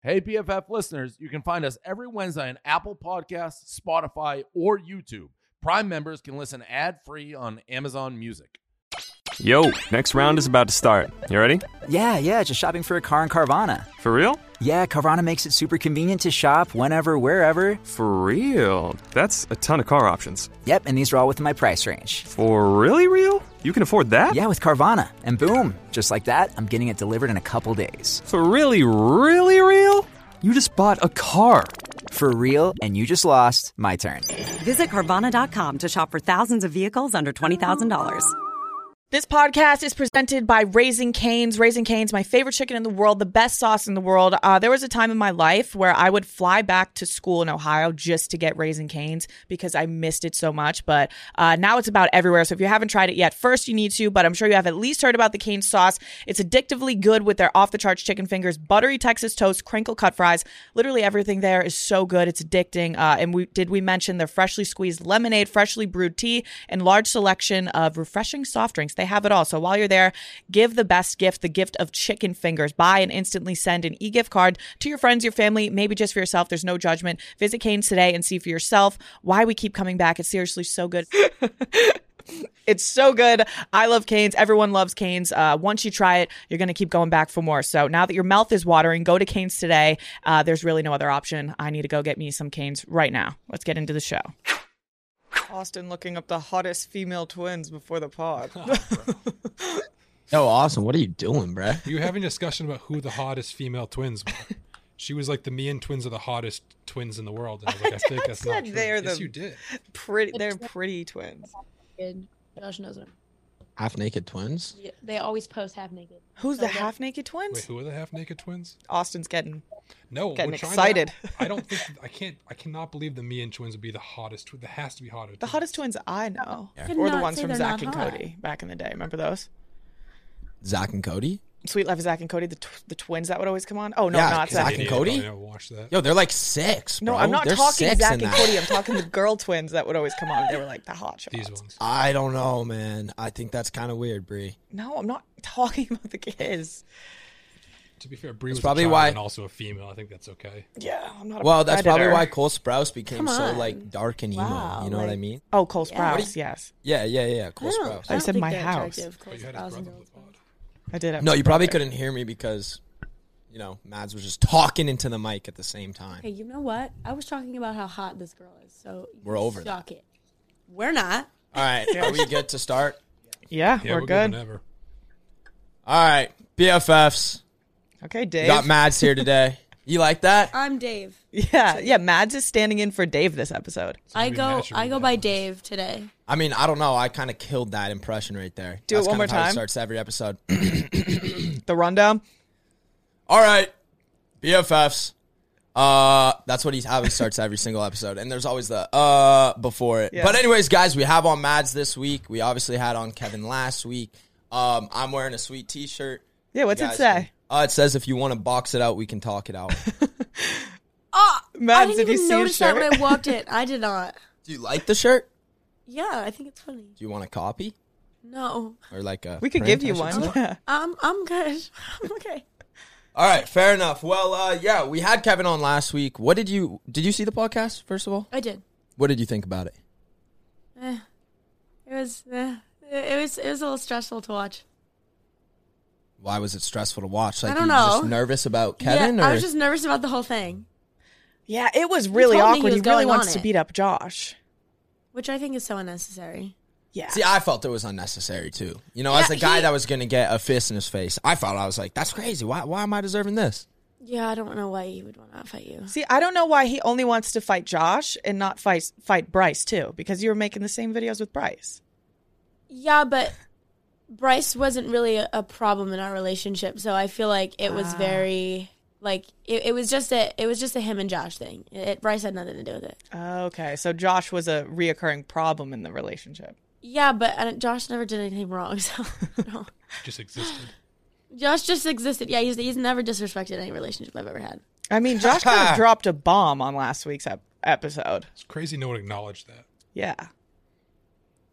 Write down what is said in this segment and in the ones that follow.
Hey, PFF listeners, you can find us every Wednesday on Apple Podcasts, Spotify, or YouTube. Prime members can listen ad free on Amazon Music. Yo, next round is about to start. You ready? Yeah, yeah, just shopping for a car in Carvana. For real? Yeah, Carvana makes it super convenient to shop whenever, wherever. For real? That's a ton of car options. Yep, and these are all within my price range. For really real? You can afford that? Yeah, with Carvana. And boom, just like that, I'm getting it delivered in a couple days. For really, really real? You just bought a car. For real, and you just lost my turn. Visit Carvana.com to shop for thousands of vehicles under $20,000. This podcast is presented by Raising Canes. Raising Canes, my favorite chicken in the world, the best sauce in the world. Uh, there was a time in my life where I would fly back to school in Ohio just to get Raising Canes because I missed it so much. But uh, now it's about everywhere. So if you haven't tried it yet, first you need to, but I'm sure you have at least heard about the Canes sauce. It's addictively good with their off the charts chicken fingers, buttery Texas toast, crinkle cut fries. Literally everything there is so good. It's addicting. Uh, and we did we mention their freshly squeezed lemonade, freshly brewed tea, and large selection of refreshing soft drinks. They have it all. So while you're there, give the best gift, the gift of chicken fingers. Buy and instantly send an e-gift card to your friends, your family, maybe just for yourself. There's no judgment. Visit Canes today and see for yourself why we keep coming back. It's seriously so good. It's so good. I love Canes. Everyone loves Canes. Uh, once you try it, you're going to keep going back for more. So now that your mouth is watering, go to Canes today. Uh, there's really no other option. I need to go get me some Canes right now. Let's get into the show. Austin looking up the hottest female twins before the pod. Oh, awesome. What are you doing, bro? You were having a discussion about who the hottest female twins were. She was like the me and twins are the hottest twins in the world. And I was like, I think that's said not true. they're yes, the- you did. pretty, they're pretty twins. naked. Josh knows them. Half naked twins? Yeah, They always post half naked. Who's So the they're- half naked twins? Wait, who are the half naked twins? Austin's getting. No, Getting we're trying to- excited. I don't think I can't. I cannot believe the me and twins would be the hottest. twi- That has to be hotter. The hottest twins I know, Could or the not ones say from they're Zach not and hot. Cody back in the day. Remember those? Zach and Cody? Sweet Life of Zach and Cody, the, tw- the twins that would always come on. Oh no, Yeah, not Zach Zach. and Cody? Never watched that. Yo, they're like six. No, bro. I'm not They're talking six Zach in and that. Cody. I'm talking the girl twins that would always come on. They were like the hot shots. These ones. I don't know, man. I think that's kind of weird, Bree. No, I'm not talking about the kids. To be fair, Bree That's was probably a child why- and also a female. I think that's okay. Yeah, I'm not. A Well, that's probably predator. why Cole Sprouse became Come so on. like dark and emo. Wow, you know what I like- mean? Oh, Cole Yeah. Sprouse. Yes, Yeah, yeah, yeah. Cole I don't, Sprouse. I don't said think my they're house. attractive, close Oh, But you to had his 1,000 brother on the pod. I did. have No, a you probably brother. couldn't hear me because, you know, Mads was just talking into the mic at the same time. Hey, you know what? I was talking about how hot this girl is, so you We're over that. Suck it. We're not. All right, are we good to start? Yeah, Yeah, we're, we're good. Whenever. All right, BFFs. Okay, We Dave. got Mads here today. You like that? I'm Dave. yeah, yeah. Mads is standing in for Dave this episode. I we go. match or I we go not by match? Dave today. I mean, I don't know. I kind of killed that impression right there. Do it one kind more of how time. starts every episode. The rundown. All right, BFFs. Uh, that's what he's how he starts every single episode, and there's always the uh before it. Yeah. But anyways, guys, we have on Mads this week. We obviously had on Kevin last week. Um, I'm wearing a sweet T-shirt. Yeah, what's You it guys say? can- uh, it says if you want to box it out, we can talk it out. Oh, I Ah, Mads, didn't did you even see his notice that shirt? when I walked in. I did not. Do you like the shirt? Yeah, I think it's funny. Do you want a copy No, or like a? We could print, give you I should one. say? Yeah. I'm. I'm good. I'm okay. All right, fair enough. Well, uh, yeah, we had Kevin on last week. What did you did you see the podcast first of all? I did. What did you think about it? Eh. It was. Eh. It was. It was a little stressful to watch. Why was it stressful to watch? Like I don't you were just know. nervous about Kevin yeah, or I was just nervous about the whole thing, Yeah, it was really told me he awkward. He, was really going on wants to it. beat up Josh. which I think is so unnecessary. Yeah. See, I felt it was unnecessary too. You know, as the guy that was going to get a fist in his face, I felt I was like, "That's crazy. Why? Why am I deserving this?" Yeah, I don't know why you would want to fight you. See, I don't know why he only wants to fight Josh and not fight fight Bryce too, because you were making the same videos with Bryce. Yeah, but Bryce wasn't really a, a problem in our relationship, so I feel like it was very like it, it was just a it was just a him and Josh thing. It, Bryce had nothing to do with it. Okay, so Josh was a reoccurring problem in the relationship. Yeah, but I don't- Josh never did anything wrong, so no. Just existed. Josh just existed. Yeah, he's he's never disrespected any relationship I've ever had. I mean, Josh kind of dropped a bomb on last week's ep- episode. It's crazy no one acknowledged that. Yeah.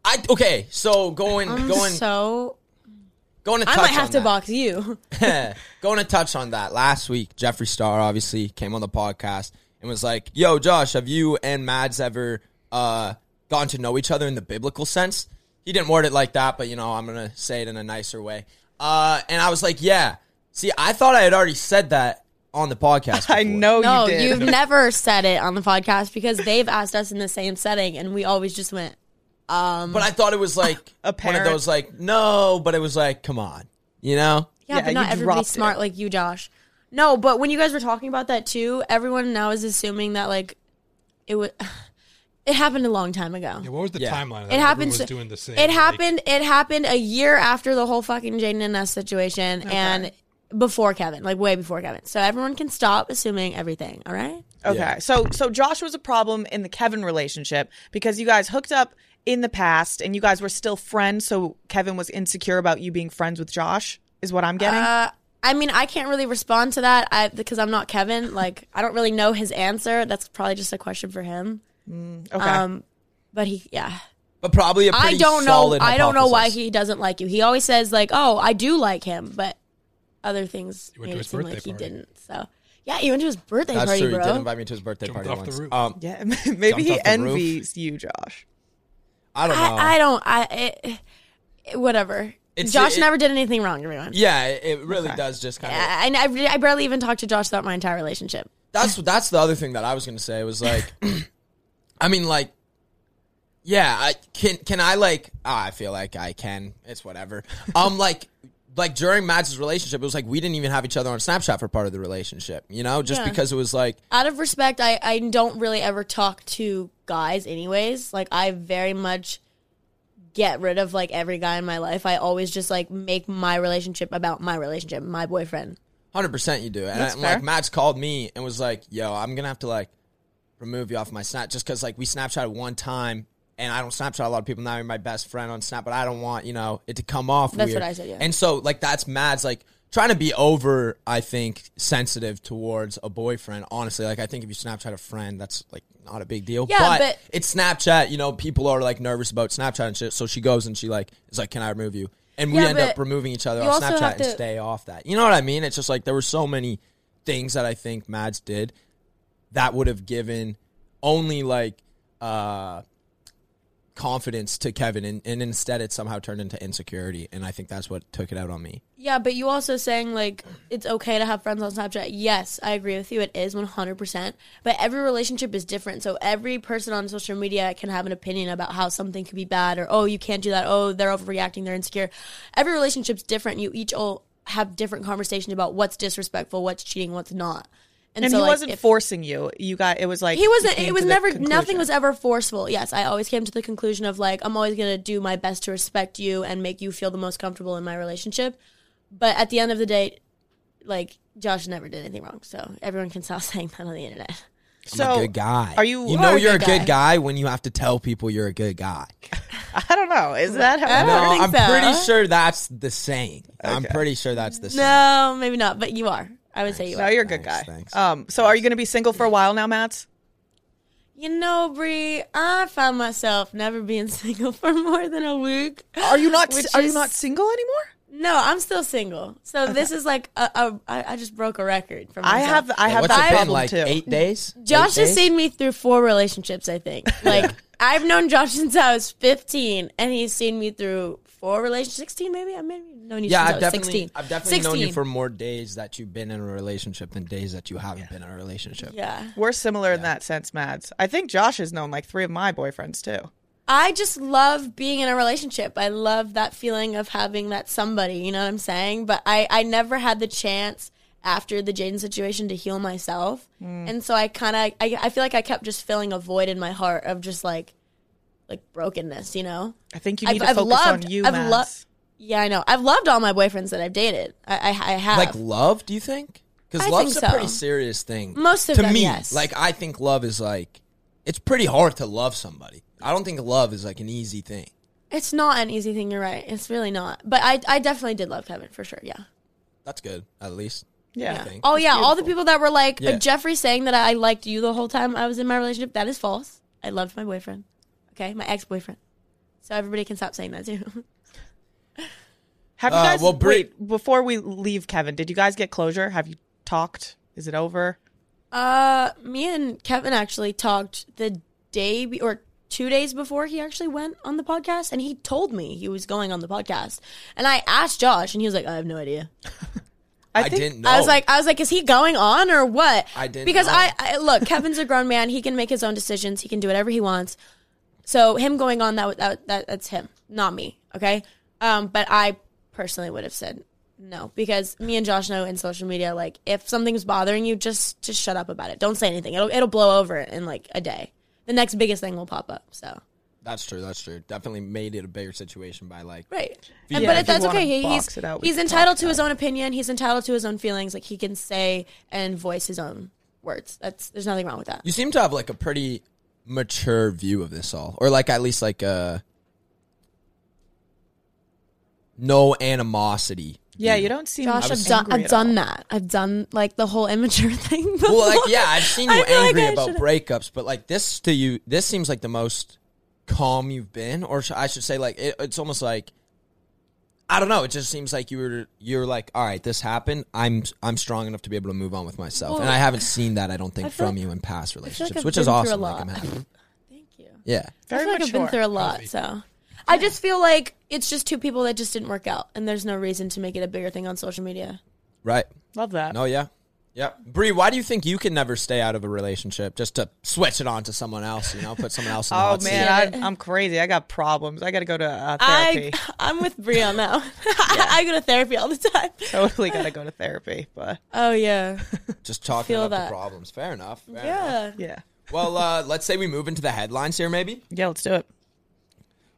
I okay. So going I'm going so Going to I touch might have on to that. box you. going to touch on that last week jeffree star obviously came on the podcast and was like yo josh have you and mads ever uh, gone to know each other in the biblical sense he didn't word it like that but you know i'm gonna say it in a nicer way uh, and i was like yeah see i thought i had already said that on the podcast I before. know No, you did. you have never said it on the podcast because they've asked us in the same setting, and we always just went. but i thought it was like A one of parent. those like no but it was like come on you know Yeah, Yeah, but not you everybody's dropped smart it. like you, Josh. No, but when you guys were talking about that too, everyone now is assuming that like it would. It happened a long time ago. Yeah, what was the Yeah. timeline? Of that? it happened. Everyone was so- doing the same. It like, happened. It happened a year after the whole fucking Jaden and us situation, and before Kevin, like way before Kevin. So everyone can stop assuming everything. All right. Okay. Yeah. So so Josh was a problem in the Kevin relationship because you guys hooked up in the past and you guys were still friends, so Kevin was insecure about you being friends with Josh, is what I'm getting. Uh, I mean, I can't really respond to that I, because I'm not Kevin. Like, I don't really know his answer. That's probably just a question for him. Mm, okay. Um, but he, yeah, but probably a pretty I don't know. solid I don't know why hypothesis. he doesn't like you. He always says like, "Oh, I do like him," but other things went made to it his seem birthday like he party. didn't. So yeah, he went to his birthday that's party, true bro. he did invite me to his birthday Jumped party off the once roof. um yeah. Maybe he off the roof. envies you, Josh. i don't know I, I don't. I it, it- whatever. It's- Josh it- never did anything wrong, everyone. yeah it- it really does just kind of I, I, I re- I barely even talked to Josh about my entire relationship. that's that's the other thing that I was gonna say was like, I mean, like, yeah, I can can I like ah, I feel like I can. It's whatever. Um, like. Like during Mads' relationship, it was like we didn't even have each other on Snapchat for part of the relationship, you know, just Yeah. because it was like Out of respect, I, I don't really ever talk to guys, anyways. Like, I very much get rid of like every guy in my life. I always just like make my relationship about my relationship, my boyfriend. hundred percent you do. And, I, That's and like fair. Mads called me and was like, "Yo, I'm gonna have to like remove you off my Snap just because like we Snapchat one time." And I don't Snapchat a lot of people now. You're my best friend on Snap, but I don't want you know it to come off. That's weird. what I said, yeah. And so like that's Mads like trying to be over. I think sensitive towards a boyfriend. Honestly, like I think if you Snapchat a friend, that's like not a big deal. Yeah, but- it's Snapchat. You know, people are like nervous about Snapchat and shit. So she goes and she like is like, "Can I remove you?" And we Yeah, end up but removing each other you off also have Snapchat and to- stay stay off that. You know what I mean? It's just like there were so many things that I think Mads did that would have given only like uh confidence to Kevin and, and instead it somehow turned into insecurity and I think that's what took it out on me. Yeah, but you also saying like it's okay to have friends on Snapchat. Yes, I agree with you. It is 100%. But every relationship is different. So every person on social media can have an opinion about how something could be bad or oh, you can't do that. Oh, they're overreacting, they're insecure. Every relationship's different. You each all have different conversation about what's disrespectful, what's cheating, what's not. And so, he like, wasn't if- forcing you. You got it was like he wasn't you came it was to the never nothing conclusion. was ever forceful yes i always came to the conclusion of like i'm always going to do my best to respect you and make you feel the most comfortable in my relationship but at the end of the day like josh never did anything wrong so everyone can stop saying that on the internet I'm so a good guy. Are you You know are you're a good good guy when you have to tell people you're a good guy. I don't know. Is that how I No, don't I'm think so. pretty sure that's the saying. I'm pretty sure that's the saying. no maybe not but you are i would say you No, are you're a good guy. Thanks, thanks. Um so are you gonna be single for a while now, Matt? you know Bree, i found myself never being single for more than a week Are you not Which are you is- not single anymore? no i'm still single so this is like a, a, I, I just broke a record for I myself. have I have What's that it been problem like too. 8 days? Josh Eight has days? seen me through four relationships, I think. Like, I've known Josh since I was 15, and he's seen me through four relationships. 16, maybe? I've maybe known you Yeah, since I've I was definitely, 16. I've definitely 16. known you for more days that you've been in a relationship than days that you haven't been in a relationship. Yeah. We're similar in that sense, Mads. I think Josh has known like three of my boyfriends too. I just love being in a relationship. I love that feeling of having that somebody, you know what I'm saying? But I, I never had the chance after the Jaden situation to heal myself. Hmm. And so I kind of, I, I feel like I kept just filling a void in my heart of just like, like brokenness, you know? I think you I've- need to I've focus loved- on you, I've Mads. loved- Yeah, I know. I've loved all my boyfriends that I've dated. I, I, I have. Like love, do you think? Because I love's think a pretty so. serious thing. Most of to them, me, yes. like I think love is like it's pretty hard to love somebody. I don't think love is like an easy thing. It's not an easy thing. You're right. It's really not. But I, I definitely did love Kevin for sure. Yeah. That's good, at least. yeah. think. Oh yeah. All the people that were like Yeah. uh, Jeffrey saying that I liked you the whole time I was in my relationship. That is false. I loved my boyfriend. Okay, my ex boyfriend. So everybody can stop saying that too. Have you Uh, guys well, Bri- wait before we leave, Kevin? Did you guys get closure? Have you talked? Is it over? Uh, me and Kevin actually talked the day be- or two days before he actually went on the podcast, and he told me he was going on the podcast, and I asked Josh, and he was like, "I have no idea." I, think- didn't know. I was like, I was like, is he going on or what? I didn't because know. I, I look. Kevin's a grown man. He can make his own decisions. He can do whatever he wants. So him going on that that, that that's him, not me. Okay. Um, but I personally would have said no because me and Josh know in social media like if something's bothering you, just just shut up about it. Don't say anything. It'll it'll blow over in like a day. The next biggest thing will pop up. So that's true. That's true. Definitely made it a bigger situation by like. Right. Yeah, And, if but you that's wanna okay. He- box He's, it out, we he's can entitled to his own opinion. He's entitled to his own feelings. Like he can say and voice his own words. That's there's nothing wrong with that. You seem to have like a pretty mature view of this all, or like at least like uh, a no animosity. Yeah, you don't seem. Josh, I've done, I've done that. I've done like the whole immature thing. Before. Well, like yeah, I've seen you I feel like angry I about should've- breakups, but like this to you, this seems like the most calm you've been, or sh- I should say, like it, it's almost like I don't know. It just seems like you were you're like, all right, this happened. I'm I'm strong enough to be able to move on with myself, and Well, I haven't seen that. I don't think I feel from like- you in past relationships, I've which is been through a awesome. Like lot. I'm happy. Thank you. Yeah. I Very feel like I've been mature. through a lot, so I just feel like it's just two people that just didn't work out, and there's no reason to make it a bigger thing on social media. Right. Love that. Oh, No, yeah. Yeah. Bree, why do you think you can never stay out of a relationship just to switch it on to someone else, you know, put someone else in the Oh hot man, seat? I, I'm crazy. I got problems. I got to go to uh, I therapy. I'm with Brie on that. one. I go to therapy all the time. totally got to go to therapy. But Oh yeah, Just talking feel about the that. problems. Fair enough. Fair enough. yeah. yeah, Well, uh, let's say we move into the headlines here maybe. yeah, let's do it.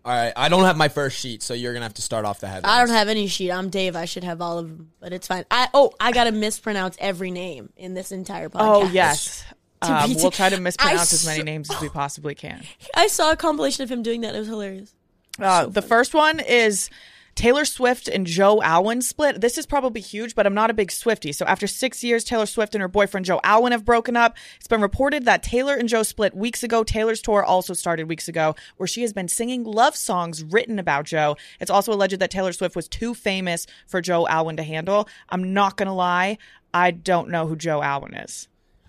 All right. I don't have my first sheet, so you're going to have to start off the headlines. I don't have any sheet. I'm Dave. I should have all of them, but it's fine. I oh, I gotta mispronounce every name in this entire podcast. Oh yes, To um, be- we'll try to I mispronounce as many s- names as we possibly can. I saw a compilation of him doing that. It was hilarious. Uh, the first one is Taylor Swift and Joe Alwyn split. This is probably huge, but I'm not a big Swifty. So after six years, Taylor Swift and her boyfriend Joe Alwyn have broken up. It's been reported that Taylor and Joe split weeks ago. Taylor's tour also started weeks ago, where she has been singing love songs written about Joe. It's also alleged that Taylor Swift was too famous for Joe Alwyn to handle. I'm not gonna lie, I don't know who Joe Alwyn is.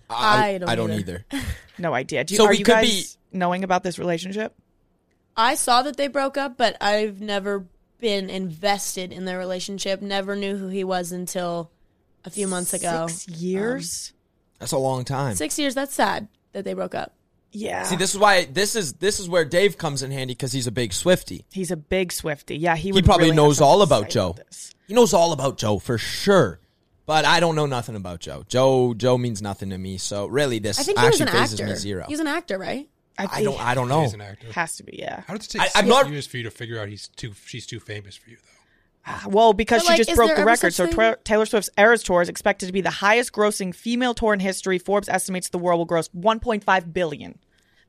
I don't I don't either. either. No idea. Do you, So are we you could guys knowing about this relationship? I saw that they broke up, but I've never been invested in their relationship. Never knew who he was until a few months ago. Six years. um, That's a long time. Six years. That's sad that they broke up. yeah. See, this is why this is this is where Dave comes in handy cuz he's a big Swifty. He's a big Swifty. Yeah, he He would probably really have knows something all to about say Joe. this. He knows all about Joe for sure. But I don't know nothing about Joe. Joe Joe means nothing to me. So really this I think he was actually an phases actor. me zero. He's an actor, right? I don't I don't know. He's an actor. Has to be, yeah. How did it take I- 6 I'm not- years for you to figure out he's too she's too famous for you though? Well, because But, she like, just is broke there the ever record, so such Tra- thing? Taylor Swift's Eras Tour is expected to be the highest-grossing female tour in history. Forbes estimates the world will gross 1.5 billion.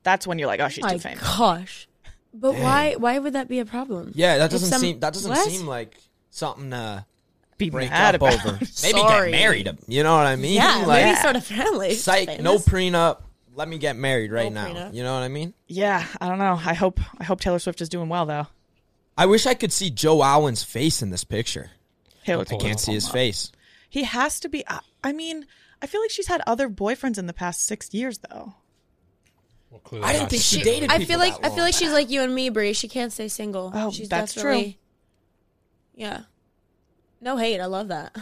That's when you're like, oh, she's My too famous. gosh. But why? Why would that be a problem? Yeah, that If doesn't some- seem that doesn't What? seem like something to Be break mad up about. over. Maybe Sorry. get married. You know what I mean? Yeah, like maybe sort of family. psych, no prenup. Let me get married right now. prenup. You know what I mean? Yeah, I don't know. I hope I hope Taylor Swift is doing well though. I wish I could see Joe Alwyn's face in this picture. Taylor, I can't see his face. He has to be. I, I mean, I feel like she's had other boyfriends in the past six years though. Well, clearly I didn't not. think she Yeah. dated I people feel like that I feel long. like she's like you and me, Brie. She can't stay single. Oh, she's that's true. definitely- Yeah. No hate. I love that.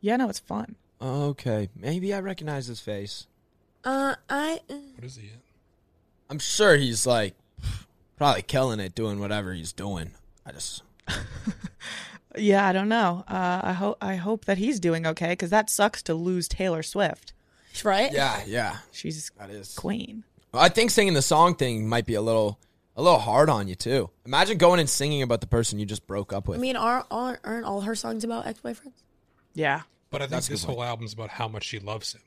Yeah, no, it's fun. Okay, maybe I recognize his face. Uh, I What is he? in? I'm sure he's like probably killing it, doing whatever he's doing. I just Yeah, I don't know. Uh, I hope I hope that he's doing okay because that sucks to lose Taylor Swift. right. yeah, yeah. She's That is queen. I think singing the song thing might be a little a little hard on you too. Imagine going and singing about the person you just broke up I with. mean, are, are aren't all her songs about ex-boyfriends? Yeah. But I think That's a this good one. whole album's about how much she loves him.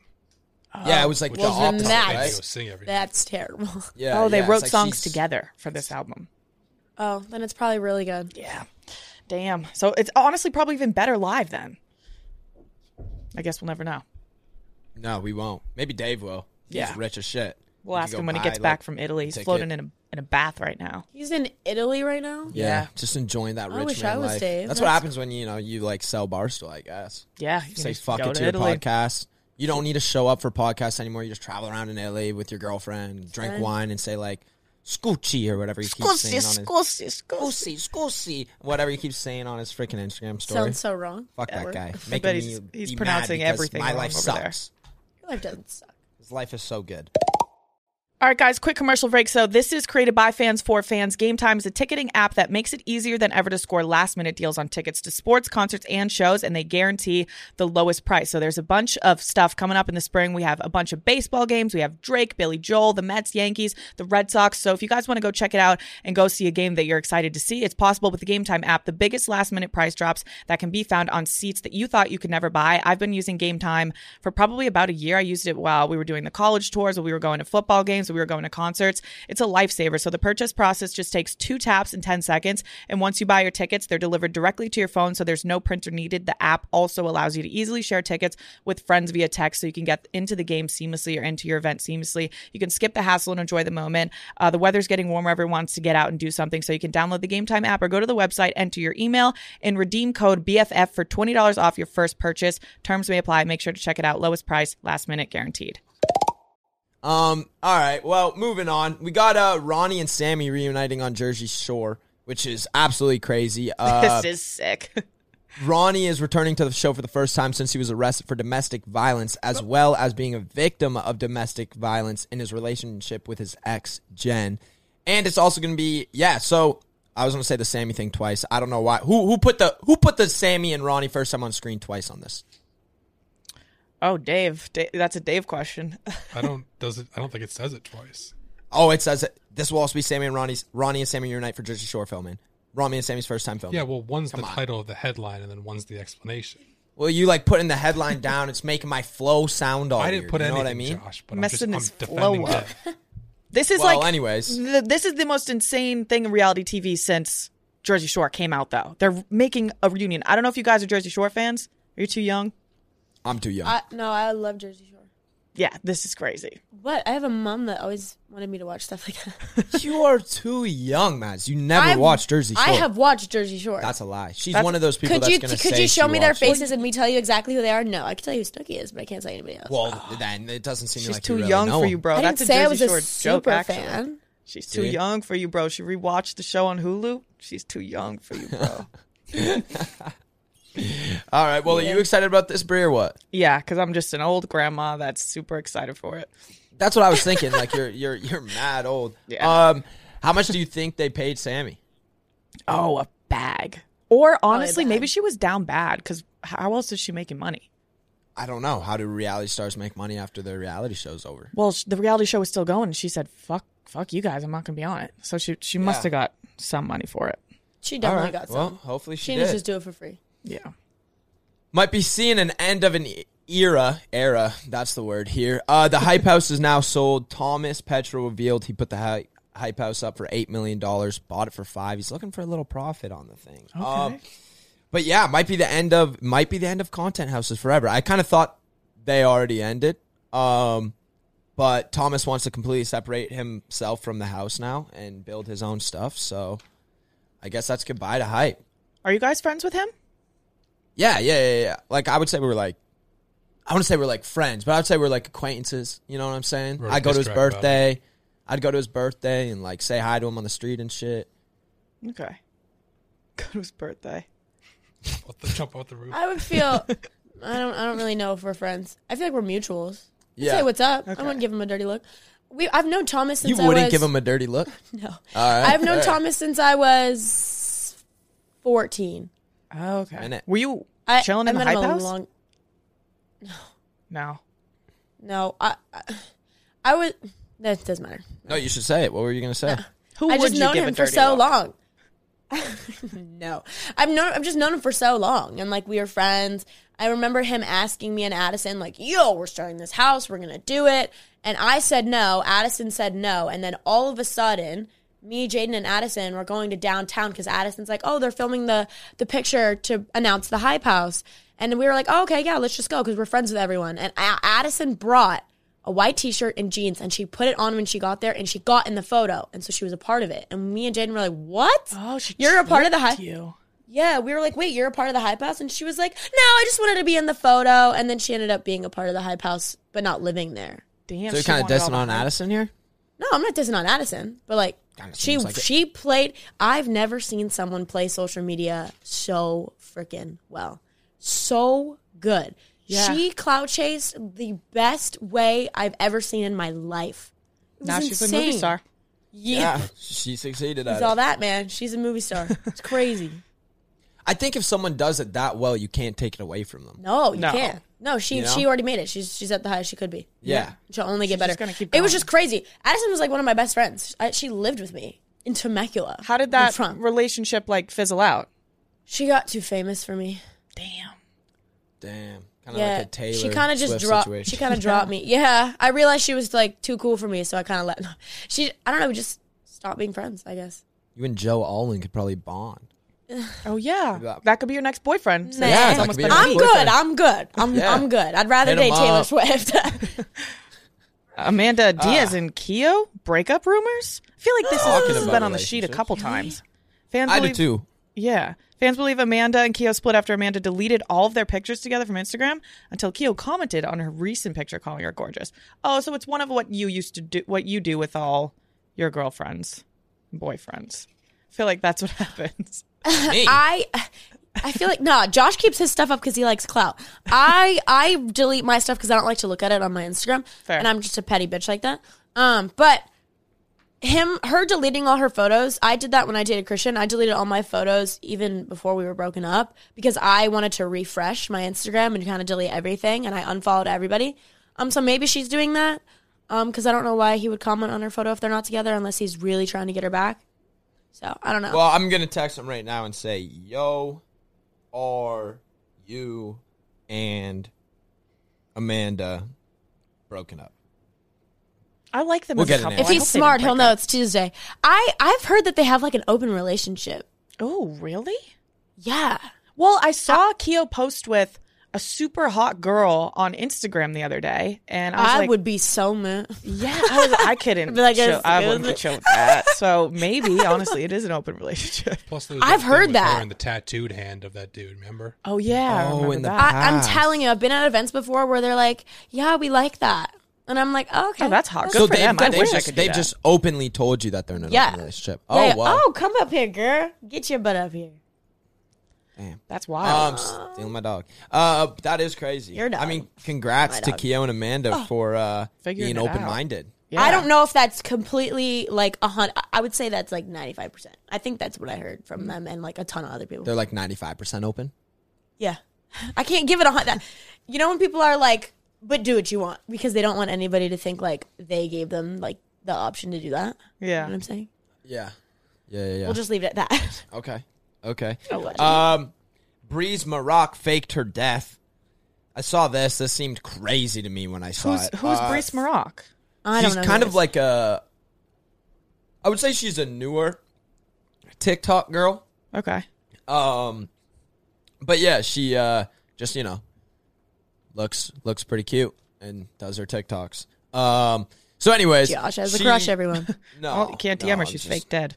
yeah, it was like Which the is Well, then opposite. that's- Maybe right? go sing everything. That's terrible. Yeah. oh, they Uh, yeah, it's wrote like songs she's- together for this album. Oh, then it's probably really good. Yeah. Damn. So it's honestly probably even better live then. I guess we'll never know. No, we won't. Maybe Dave will. He's Yeah. rich as shit. We'll He ask could go him when he buy, gets like, back from Italy. He's ticket. floating in a, in a bath right now. He's in Italy right now. Yeah, just enjoying that I rich wish man I was life. Dave. That's what That's- happens when you know you like sell Barstool. I guess Yeah, you can say just fuck go it to, to your Italy. podcast. You don't need to show up for podcasts anymore. You just travel around in LA with your girlfriend, drink wine, and say like "scucci" or whatever he keeps saying on his scusi, scusi. "scucci, scucci," whatever he keeps saying on his freaking Instagram story. Sounds so wrong. Fuck that word. guy. I Making bet me he's- he's be mad pronouncing because everything My wrong life over there. sucks. Your life doesn't suck. His life is so good. All right, guys, quick commercial break. So, this is created by fans for fans. Game Time is a ticketing app that makes it easier than ever to score last minute deals on tickets to sports, concerts, and shows, and they guarantee the lowest price. So, there's a bunch of stuff coming up in the spring. We have a bunch of baseball games. We have Drake, Billy Joel, the Mets, Yankees, the Red Sox. So, if you guys want to go check it out and go see a game that you're excited to see, it's possible with the Game Time app. The biggest last minute price drops that can be found on seats that you thought you could never buy. I've been using Game Time for probably about a year. I used it while we were doing the college tours, while we were going to football games, while we were going to concerts. It's a lifesaver. So the purchase process just takes two taps and 10 seconds. And once you buy your tickets, they're delivered directly to your phone. So there's no printer needed. The app also allows you to easily share tickets with friends via text so you can get into the game seamlessly or into your event seamlessly. You can skip the hassle and enjoy the moment. Uh, the weather's getting warmer. Everyone wants to get out and do something. So you can download the Game Time app or go to the website, enter your email, and redeem code BFF for $20 off your first purchase. Terms may apply. Make sure to check it out. Lowest price, last minute guaranteed. Um. All right. Well, moving on. We got uh Ronnie and Sammy reuniting on Jersey Shore, which is absolutely crazy. Uh, this is sick. Ronnie is returning to the show for the first time since he was arrested for domestic violence, as well as being a victim of domestic violence in his relationship with his ex Jen. And it's also going to be yeah. So I was going to say the Sammy thing twice. I don't know why. Who who put the who put the Sammy and Ronnie first time on screen twice on this? oh, Dave. Da- that's a Dave question. I don't does it. I don't think it says it twice. Oh, it says it. This will also be Sammy and Ronnie's Ronnie and Sammy reunite for Jersey Shore filming. Ronnie and Sammy's first time filming. Yeah, well, one's Come the on. title of the headline, and then one's the explanation. Well, you like putting the headline down. It's making my flow sound all I didn't weird, put you know anything, what I mean? Josh, but Messing I'm his just I'm flow defending up. that. This is Well, like, anyways. th- this is the most insane thing in reality TV since Jersey Shore came out, though. They're making a reunion. I don't know if you guys are Jersey Shore fans. Are you too young? I'm too young. I, no, I love Jersey Shore. Yeah, this is crazy. What? I have a mom that always wanted me to watch stuff like that. you are too young, Mads. You never I've- watched Jersey Shore. I have watched Jersey Shore. That's a lie. She's That's- one of those people could that's you going to say could you show she me their watched it. faces and me tell you exactly who they are? No, I can tell you who Snooki is, but I can't tell you anybody else. Well, then it doesn't seem She's like you too really young know for him. you, bro. I That's didn't a say I Jersey was a Shore joke, super actually. fan. She's too Dude. young for you, bro. She rewatched the show on Hulu. She's too young for you, bro. All right. Well, are you excited about this, Brie, or what? yeah, because I'm just an old grandma that's super excited for it. That's what I was thinking. like you're you're you're mad old. Yeah. Um, how much do you think they paid Sammy? Oh, a bag. Or honestly, maybe she was down bad because how else is she making money? I don't know. How do reality stars make money after their reality show's over? Well, sh- the reality show was still going, and she said, "Fuck, fuck you guys, I'm not gonna be on it." So she she must have got some money for it. She definitely All right, got some. well, hopefully she she didn't did. just do it for free. Yeah. might be seeing an end of an e- era era that's the word here uh the hype house is now sold thomas petro revealed he put the hy- hype house up for eight million dollars bought it for five he's looking for a little profit on the thing okay. Um, but yeah might be the end of might be the end of content houses forever i kind of thought they already ended um but thomas wants to completely separate himself from the house now and build his own stuff so i guess that's goodbye to hype Are you guys friends with him? yeah, yeah, yeah, yeah. Like I would say we were like, I wouldn't say we're like friends, but I would say we're like acquaintances. You know what I'm saying? Wrote a I go to his diss track about birthday. I'd go to his birthday and like say hi to him on the street and shit. Okay. Go to his birthday. What the jump off the roof? I would feel. I don't. I don't really know if we're friends. I feel like we're mutuals. I'd Yeah, Say what's up. I wouldn't give him a dirty look. We. I've known Thomas you since I wouldn't was, give him a dirty look. No. All right, I've known fair. Thomas since I was fourteen. Oh, okay. Minute. Were you I, chilling I in the met him hype a house? long- no. no, I, I, I was. That doesn't matter. No, you should say it. What were you gonna say? Who I would just you known give him a for dirty so look? long. no, I've known. I've just known him for so long, and like we were friends. I remember him asking me and Addison, like, "Yo, we're starting this house. We're gonna do it." And I said no. Addison said no, and then all of a sudden, me, Jaden, and Addison were going to downtown because Addison's like, "Oh, they're filming the the picture to announce the hype house," and we were like, oh, "Okay, yeah, let's just go because we're friends with everyone." And A- Addison brought a white t-shirt and jeans and she put it on when she got there and she got in the photo and so she was a part of it and me and Jaden were like what Oh, she you're a part of the tricked hype You. yeah we were like wait you're a part of the hype house and she was like no I just wanted to be in the photo and then she ended up being a part of the hype house but not living there Damn. So she you're kind of wanted all dissing the on hype. Addison here? no I'm not dissing on Addison but like Kinda she seems like it. she played I've never seen someone play social media so freaking well so good Yeah. she clout chased the best way I've ever seen in my life It was Now she's a movie insane. star. yeah. She succeeded at It's it. all that, man. She's a movie star. It's crazy. I think if someone does it that well, you can't take it away from them. No, you No. can't. No, she You know? she already made it. She's she's at the highest she could be. Yeah. She'll only get She's better. just gonna keep It was going. just crazy. Addison was like one of my best friends. I, she lived with me in Temecula. How did I'm that from? relationship like fizzle out? she got too famous for me. Damn. Damn. Kind of Yeah, like a Taylor. she kind of just Swift dropped. situation. She kind of dropped me. Yeah, I realized she was like too cool for me, so I kind of let. She, I don't know, we just stopped being friends. I guess. You and Joe Allen could probably bond. Oh yeah, Yeah. that could be your next boyfriend. Since Yeah, it's that almost could be been your a next I'm week. good. boyfriend. I'm good. I'm Yeah. I'm good. I'd rather Hit 'em date Taylor up. Swift. Ah. Amanda Diaz and Keo breakup rumors. I feel like this, is, Talking this has about been on the sheet a couple times. Fans I do believe, too. Yeah, fans believe Amanda and Keo split after Amanda deleted all of their pictures together from Instagram until Keo commented on her recent picture calling her gorgeous. Oh, so it's one of what you used to do, what you do with all your girlfriends, and boyfriends. I feel like that's what happens. I I feel like nah. Josh keeps his stuff up because he likes clout. I I delete my stuff because I don't like to look at it on my Instagram, Fair. and I'm just a petty bitch like that. Um, but him, her deleting all her photos. I did that when I dated Christian. I deleted all my photos even before we were broken up because I wanted to refresh my Instagram and kind of delete everything, and I unfollowed everybody. Um, so maybe she's doing that. Um, because I don't know why he would comment on her photo if they're not together unless he's really trying to get her back. So I don't know. Well, I'm going to text him right now and say, Yo, are you and Amanda broken up? Oh, I like them We'll as get a an couple. answer. If he's smart, he'll know it's Tuesday. I I've heard that they have like an open relationship. Oh, really? Yeah. Well, I saw Keo post with a super hot girl on Instagram the other day, and I was I like, would be so moved. "Yeah, I, was, I couldn't. Be like, chill, it's- I it wouldn't was- chill with that." So maybe, honestly, it is an open relationship. Plus, there's I've that thing heard with her that. and the tattooed hand of that dude. Remember? Oh yeah, Oh, I remember in the that. I, I'm Yes. telling you, I've been at events before where they're like, "Yeah, we like that," and I'm like, oh, "Okay, Oh, that's hot. Good so for they've, them. I they've wish I just, could do they've that. just openly told you that they're in an Yeah. open relationship. Yeah, Oh, yeah. wow. Oh, come up here, girl. Get your butt up here. That's Oh, wild. I'm stealing my dog. Uh, that is crazy. Your dog. I mean, congrats to Keo and Amanda for uh, Figuring being Oh. it out. open minded. yeah. I don't know if that's completely like a hundred. I would say that's like 95. percent I think that's what I heard from them and like a ton of other people. They're like 95% open. Yeah. I can't give it a hundred. You know when people are like, but do what you want because they don't want anybody to think like they gave them like the option to do that. You know what Yeah, I'm saying? Yeah. Yeah, yeah, yeah. We'll just leave it at that. Oh, okay. Okay. what? Um, Breeze Maroc faked her death. I saw this. This seemed crazy to me when I saw who's it. who's Uh, Brees Maroc? I don't she's know. kind of who it is. like a. I would say she's a newer TikTok girl. Okay, Um, but yeah, she uh just you know looks looks pretty cute and does her TikToks. Um. So, anyways, Josh has a she- crush. Everyone. No, well, you Oh, can't DM Oh, no, her. She's just- fake dead.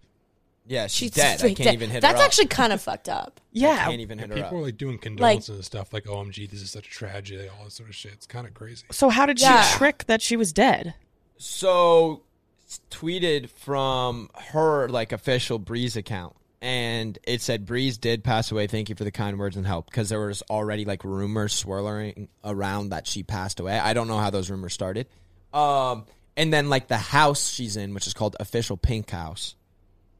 Yeah, she's, She's dead. I straight can't dead. even hit her. That's up. actually kind of fucked up. Yeah, can't e-, even hit her up. People are like doing condolences and stuff. Like, OMG, this is such a tragedy. All this sort of shit. It's kind of crazy. So how did she Yeah. trick that she was dead? so s- tweeted from her like official Breeze account, and it said Breeze did pass away. Thank you for the kind words and help because there was already like rumors swirling around that she passed away. I don't know how those rumors started. Um, and then like the house she's in, which is called Official Pink House,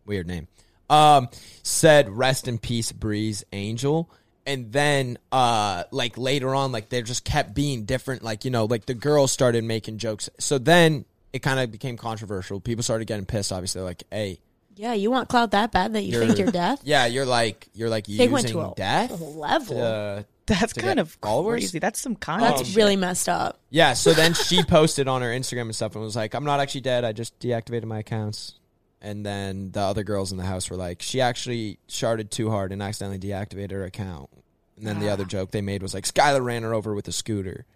weird name. Um, said rest in peace, Breeze Angel. And then, uh, like later on, like they just kept being different. Like you know, like the girls started making jokes. So then it kind of became controversial. People started getting pissed. Obviously, like, hey, Yeah, you want clout that bad that you faked your death? yeah, you're like, you're like They using went to a death Uh, level. to- That's To kind get of followers? crazy. That's Oh. some kind That's of shit. really messed up. yeah. So then she posted on her Instagram and stuff and was like, I'm not actually dead. I just deactivated my accounts. And then the other girls in the house were like, she actually sharded too hard and accidentally deactivated her account. And then the other joke they made was like, Skylar ran her over with a scooter.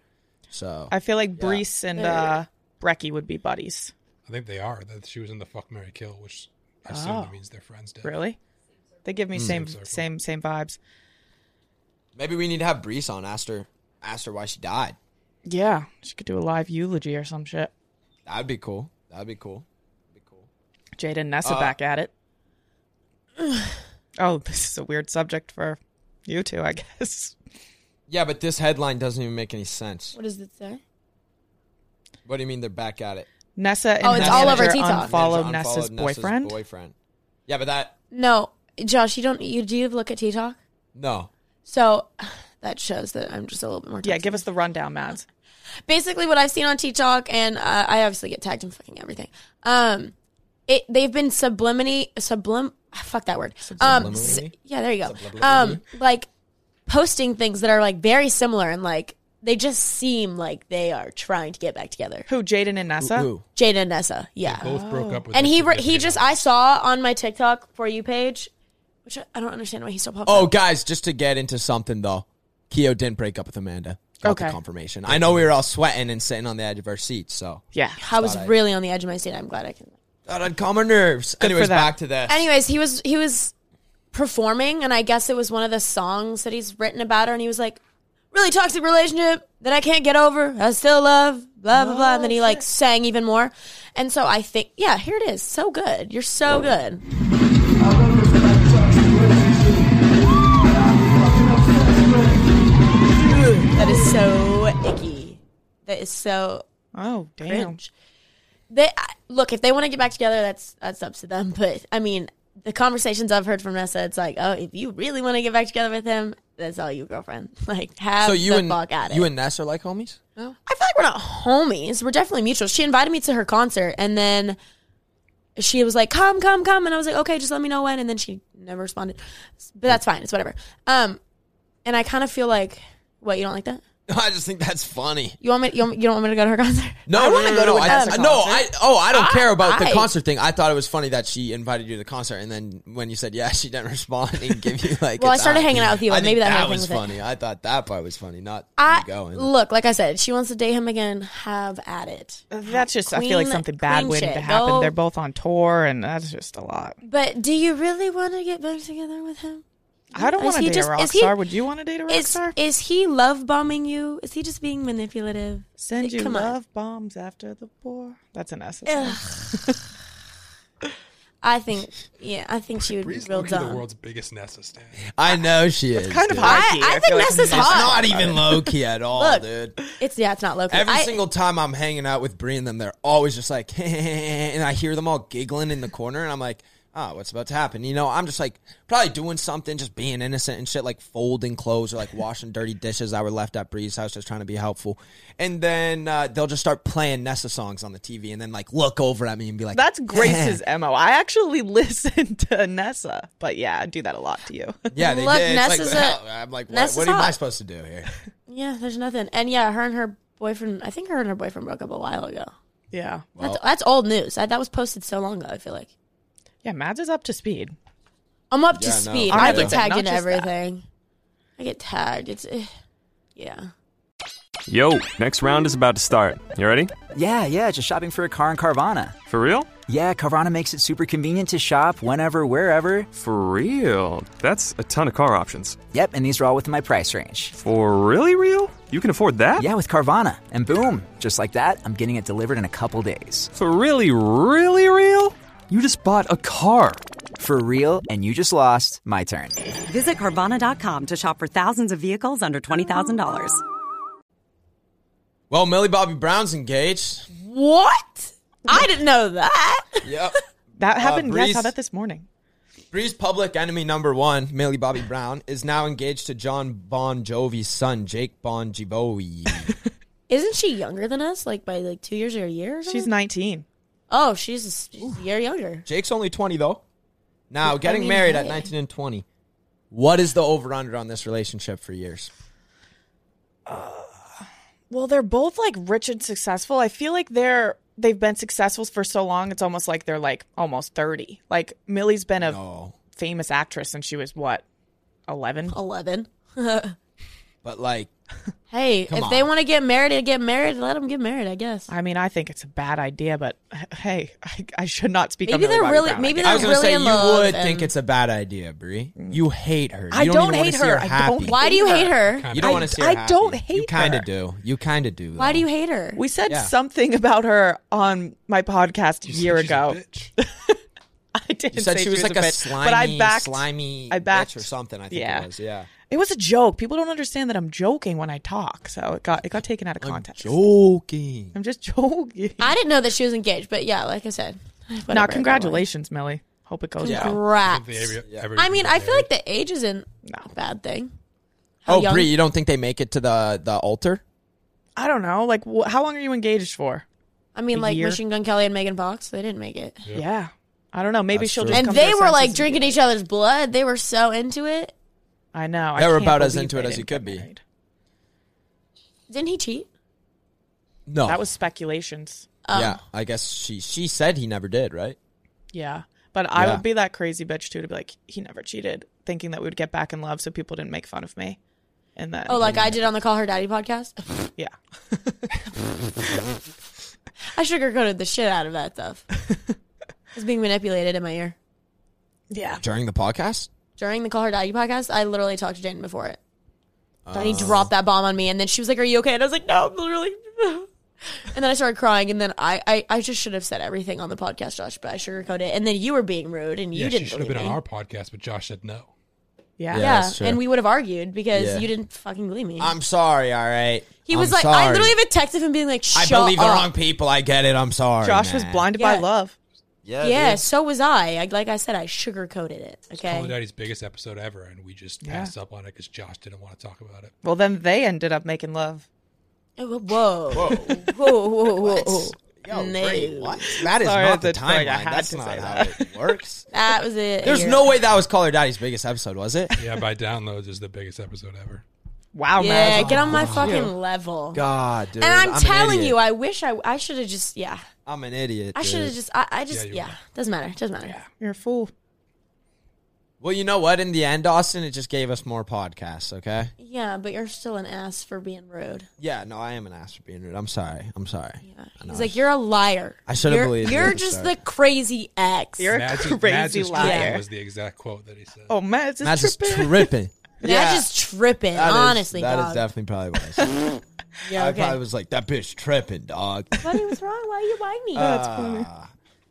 So I feel like Brees and uh, Brecky would be buddies. I think they are. That she was in the fuck Mary Kill, which assume means they're friends. Dad. Oh. Really? They give me same circle. same same vibes. maybe we need to have Brees on. Ask her, ask her why she died. Yeah, she could do a live eulogy or some shit. That'd be cool. That'd be cool. Jada and Nessa Uh, back at it. oh, this is a weird subject for you two, I guess. Yeah, but this headline doesn't even make any sense. What does it say? What do you mean they're back at it? Nessa and Oh, her it's all over manager TikTok. unfollowed Unfollowed Nessa's boyfriend. Boyfriend. Yeah, but that No, Josh, you don't. You do you look at TikTok? no. So that shows that I'm just a little bit more. Yeah, toxic. give us the rundown, Mads. basically what I've seen on TikTok, and uh, I obviously get tagged in fucking everything. Um, it they've been sublimity sublim fuck that word. Um, s- Subliminally? yeah, there you go. Um, like posting things that are like very similar and like they just seem like they are trying to get back together. Who? Jaden and Nessa. Ooh, Jada and Nessa, yeah. Both broke up with and their he re- he significant just other. I saw on my TikTok for you page, which I, I don't understand why he still pops. Oh, up. guys, just to get into something though, Keo didn't break up with Amanda. Got the Okay. confirmation. I know we were all sweating and sitting on the edge of our seats, so Yeah. I was really on the edge of my seat. I'm glad I can. thought I'd calm our nerves. Anyways, that. back to this. anyways he was he was performing and i guess it was one of the songs that he's written about her and he was like really toxic relationship that i can't get over i still love blah blah blah and then he like sang even more and so i think yeah here it is so good you're so good that is so icky that is so Oh, damn. cringe. They I- look if they want to get back together, that's that's up to them. But I mean, the conversations I've heard from Nessa, it's like, oh, if you really want to get back together with him, that's all you, girlfriend. Like, have so you the and fuck at you it. and Ness are like homies. I feel like we're not homies. We're definitely mutual. She invited me to her concert, and then she was like, "Come, come, come," and I was like, "Okay, just let me know when." And then she never responded. But that's fine. It's whatever. Um, and I kind of feel like, what you don't like that? I just think that's funny. You want me? You, want, you don't want me to go to her concert? No, I no, wanna no, go no, to no, a I- Nessa no, concert. I Ah, oh, I don't I- care about the I- concert thing. I thought it was funny that she invited you to the concert, and then when you said yes, she didn't respond and give you like. Well, a I started time. hanging out with you, I and think maybe that had that a thing was with it. funny. I thought that part was funny, not I you going. look like I said. She wants to date him again. Have at it. That's just, I feel like Queen- something bad queen waiting to shit. happen. Go- They're both on tour, and that's just a lot. But do you really want to get back together with him? I don't Is want to he date just- a rock is he- star. Would you want to date a rock Is star? is he love bombing you? Is he just being manipulative? Send you Come on. love bombs after the war. That's an essence. I think. Yeah, I think she would be Bree's real low-key the dumb. world's biggest Nessa stand. I know she is. Kind of dude. high I, key. I feel think like Ness is It's hot. not even low key at all, Look. dude. It's yeah, it's not low. Every single time I'm hanging out with Bree and them, they're always just like, and I hear them all giggling in the corner, and I'm like, oh, what's about to happen? You know, I'm just like probably doing something, just being innocent and shit, like folding clothes or like washing dirty dishes that were left at Bree's house, just trying to be helpful. And then uh, they'll just start playing Nessa songs on the TV, and then like look over at me and be like, That's Grace's mo. I actually listen to Nessa, but yeah, I do that a lot to you. yeah, they Look, did. It's Nessa's like, a- I'm like, what, Nessa's what am I hot. supposed to do here? Yeah, there's nothing. And yeah, her and her boyfriend. I think her and her boyfriend broke up a while ago. yeah, That's, that's old news. I, that was posted so long ago. I feel like yeah. Mads is up to speed. I'm up Yeah, to no, speed. I'm I not get just that, tagged not in just that. everything. I get tagged. It's eh, yeah. Yo, next round is about to start. You ready? Yeah, yeah, just shopping for a car in Carvana. For real? Yeah, Carvana makes it super convenient to shop whenever, wherever. For real? That's a ton of car options. Yep, and these are all within my price range. For really real? You can afford that? Yeah, with Carvana. And boom, just like that, I'm getting it delivered in a couple days. For really, really real? You just bought a car. For real, and you just lost my turn. Visit Carvana.com to shop for thousands of vehicles under $20,000. Well, Millie Bobby Brown's engaged. What? I didn't know that. Yep. That happened. yeah, I saw Breeze- that this morning. Bree's public enemy number one, Millie Bobby Brown, is now engaged to John Bon Jovi's son, Jake Bon Jovi. Isn't she younger than us? Like by like two years or a year? Or She's something? 19. Oh, she's, she's a year younger. Jake's only 20, though. Now, getting mean, married at hey. 19 and 20. What is the over under on this relationship for years? Well, they're both like rich and successful. I feel like they're they've been successful for so long. It's almost like they're like almost 30. Like Millie's been a No. Oh. famous actress since she was what 11. Eleven. But, like, Hey, Come if on. they want to get married, they get married. Let them get married, I guess. I mean, I think it's a bad idea, but h- hey, I, I should not speak. Maybe on Millie they're Bobby really- Brown, I maybe guess. they're I was gonna really say in you love would and- think it's a bad idea, Brie. You hate her. Mm. I You don't even wanna hate see her. I happy. don't Why do you hate her? You don't I- want to see her I happy. don't You hate kind her. of do. You kind of do. Why though. do you hate her? We said Yeah. something about her on my podcast a You said year she's a ago. bitch. I didn't You said say she was like a, bitch, slimy, but I backed. slimy I backed- bitch or something. I think yeah. it was. Yeah. It was a joke. People don't understand that I'm joking when I talk, so it got it got taken out of context. Joking. I'm just joking. I didn't know that she was engaged, but yeah, like I said. whatever, Now, everyone. congratulations, Millie. Hope it goes well. Congrats. They every- every- I mean, I feel like the age isn't a bad thing. How Oh, young- Brie, you don't think they make it to the the altar? I don't know. Like, wh- how long are you engaged for? I mean, a like year? Machine Gun Kelly and Megan Fox, they didn't make it. Yeah. Yeah, I don't know. Maybe That's she'll true. just And come to they her were like senses and be drinking each other's blood. They were so into it. I know. They I were can't about as believe into it they as you didn't could get be. married. Didn't he cheat? No. That was speculations. um, Yeah. I guess she she said he never did, right? Yeah, but I Yeah. would be that crazy bitch too to be like, he never cheated, thinking that we would get back in love, so people didn't make fun of me. And then, Oh, like I did on the Call Her Daddy podcast. yeah, I sugarcoated the shit out of that stuff. I was being manipulated in my ear. yeah. During the podcast? During the Call Her Daddy podcast, I literally talked to Jaden before it. and Oh. he dropped that bomb on me. And then she was like, Are you okay? And I was like, No, I'm literally. and then I started crying. And then I, I, I just should have said everything on the podcast, Josh, but I sugarcoated it. And then you were being rude and you yeah, she didn't should have believe been me. on our podcast, but Josh said no. yeah, Yeah. yeah, that's true. and we would have argued because Yeah. you didn't fucking believe me. I'm sorry, all right. he was I'm like, I sorry. literally have a text of him being like, I Shut believe the up." wrong people. I get it. I'm sorry. Josh was man. blinded by Yeah. love. Yeah. Yeah, dude. so was I. I. Like I said, I sugarcoated it. Call of Okay. Daddy's biggest episode ever, and we just passed up on it because Josh didn't want to talk about it. Well, then they ended up making love. Whoa. Oh, Whoa. Whoa. Whoa. Whoa. whoa. Yo, No. Brie, what? That is Sorry, not the that's like, I timeline. had That's to not say how it works. That was it. There's Yeah. no way that was Caller Daddy's biggest episode, was it? Yeah, by downloads is the biggest episode ever. Wow, Yeah, man. get on my fucking level. God, dude. and I'm, an telling idiot. you, I wish I I should have just yeah. I'm an idiot. I should have dude. just I, I just Yeah, you yeah. were. Doesn't matter. Doesn't matter. You're a fool. Well, you know what? In the end, Austin, it just gave us more podcasts. Okay. Yeah, but you're still an ass for being rude. Yeah. No, I am an ass for being rude. I'm sorry. I'm sorry. Yeah. I know. He's like, you're a liar. I should've You're- believed you You're at the just start. the crazy ex. You're a Mads is- crazy Mads is tripping liar. was the exact quote that he said. Oh, man, it's Matt's just just tripping. tripping. That's just tripping. That is- honestly, that is dog. definitely probably what I said. yeah, I okay. probably was like, that bitch tripping, dog. Buddy, what's wrong? Why are you biting me? Uh,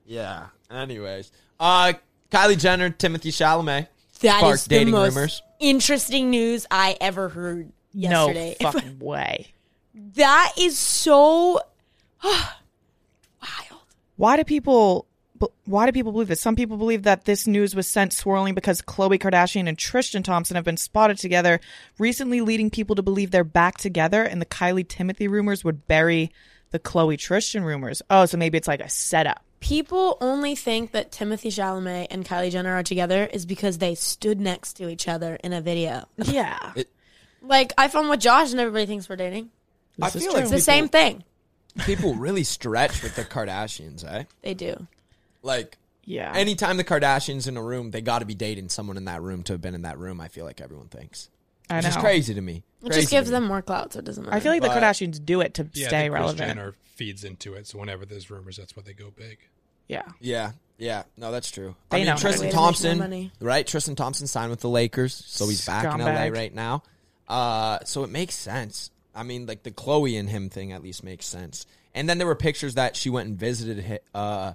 yeah. Anyways, uh, Kylie Jenner, Timothy Chalamet. That sparked is the dating most rumors. interesting news I ever heard yesterday. No fucking way. that is so wild. why do people b- why do people believe this? Some people believe that this news was sent swirling because Khloe Kardashian and Tristan Thompson have been spotted together recently, leading people to believe they're back together, and the Kylie Timothy rumors would bury the Khloe Tristan rumors. Oh, so maybe it's like a setup. People only think that Timothy Chalamet and Kylie Jenner are together is because they stood next to each other in a video. Yeah, Like I found with Josh, and everybody thinks we're dating. I feel like It's the same thing. people really stretch with the Kardashians, eh? They do. Like, yeah. anytime the Kardashians in a room, they got to be dating someone in that room to have been in that room. I feel like everyone thinks, I which know. is crazy to me. It Crazy just to gives me. them more clout, so it doesn't matter. I feel like the But- Kardashians do it to yeah, I stay think Kris relevant. Jenner feeds into it, so whenever there's rumors, that's what they go big. yeah, Yeah, yeah. No, that's true. They I mean, know how to Tristan do it. Way to make more Thompson, money. right? Tristan Thompson signed with the Lakers, so he's back in LA Scumbag. right now. Uh, so it makes sense. I mean, like the Chloe and him thing at least makes sense. And then there were pictures that she went and visited, hi- uh,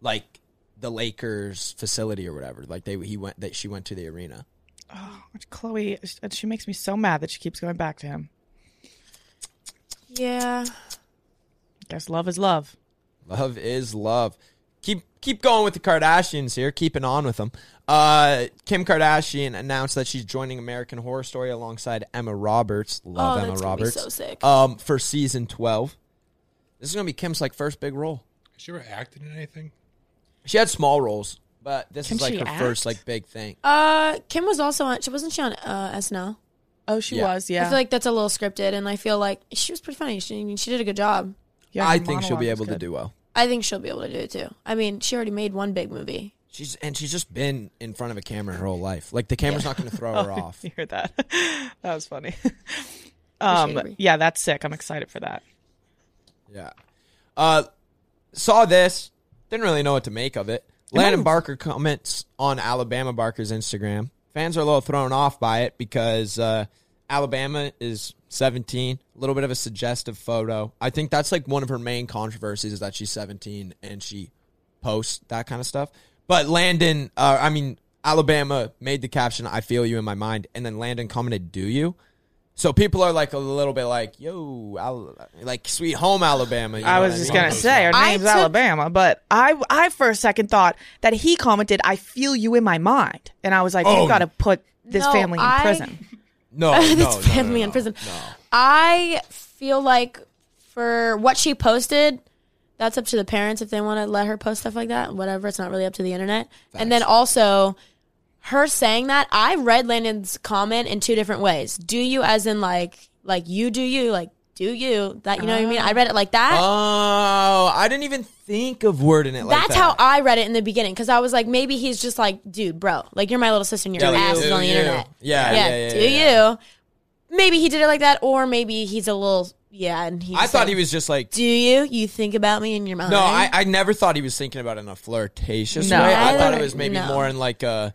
like the Lakers facility or whatever. Like they he went that she went to the arena. Chloe, she makes me so mad that she keeps going back to him. yeah. Guess love is love. Love is love. Keep keep going with the Kardashians here. Keeping on with them. Uh, Kim Kardashian announced that she's joining American Horror Story alongside Emma Roberts. Love Oh, Emma that's gonna be Roberts. so sick. Um, for season twelve, this is gonna be Kim's like first big role. Has she ever acted in anything? She had small roles, but this Can is like she her act? first like big thing. Uh, Kim was also on. She wasn't she on uh, SNL? Oh, she Yeah. was. Yeah, I feel like that's a little scripted, and I feel like she was pretty funny. She I mean, she did a good job. yeah, her I think she'll monologue be was able to good. do well. I think she'll be able to do it too. I mean, she already made one big movie. She's and she's just been in front of Oh, a camera her whole life. Like the camera's not gonna throw her off. You heard that? that was funny. Um, Avery. yeah, that's sick. I'm excited for that. Yeah. Uh, saw this. Didn't really know what to make of it. Landon Barker comments on Alabama Barker's Instagram. Fans are a little thrown off by it because uh, Alabama is 17. A little bit of a suggestive photo. I think that's like one of her main controversies is that she's 17 and she posts that kind of stuff. But Landon, uh, I mean, Alabama made the caption, I feel you in my mind. And then Landon commented, Do you? So people are like a little bit like, yo, Al- like sweet home Alabama. you know I what was just mean? gonna say her I name's took- Alabama, but I I for a second thought that he commented, "I feel you in my mind," and I was like, "You gotta put this No, family in I- prison." No, no, this Oh, no, no, family no, in prison. no. I feel like for what she posted, that's up to the parents if they want to let her post stuff like that. Whatever, it's not really up to the internet. And then also, her saying that, I read Landon's comment in two different ways. Do you, as in like, like you do you, like do you that you know what I mean? I read it like that. Oh, I didn't even think of wording it like That's that. how I read it in the beginning because I was like, maybe he's just like, dude, bro, like you're my little sister and your Yeah, like, ass do is on the you. internet. Yeah, yeah, yeah, do yeah. you? Maybe he did it like that, or maybe he's a little, yeah, and he. I just thought like, he was just like. Do you? You think about me in your mind? No, I, I never thought he was thinking about it in a flirtatious No. way. I, I thought it don't- was maybe no. more in like a,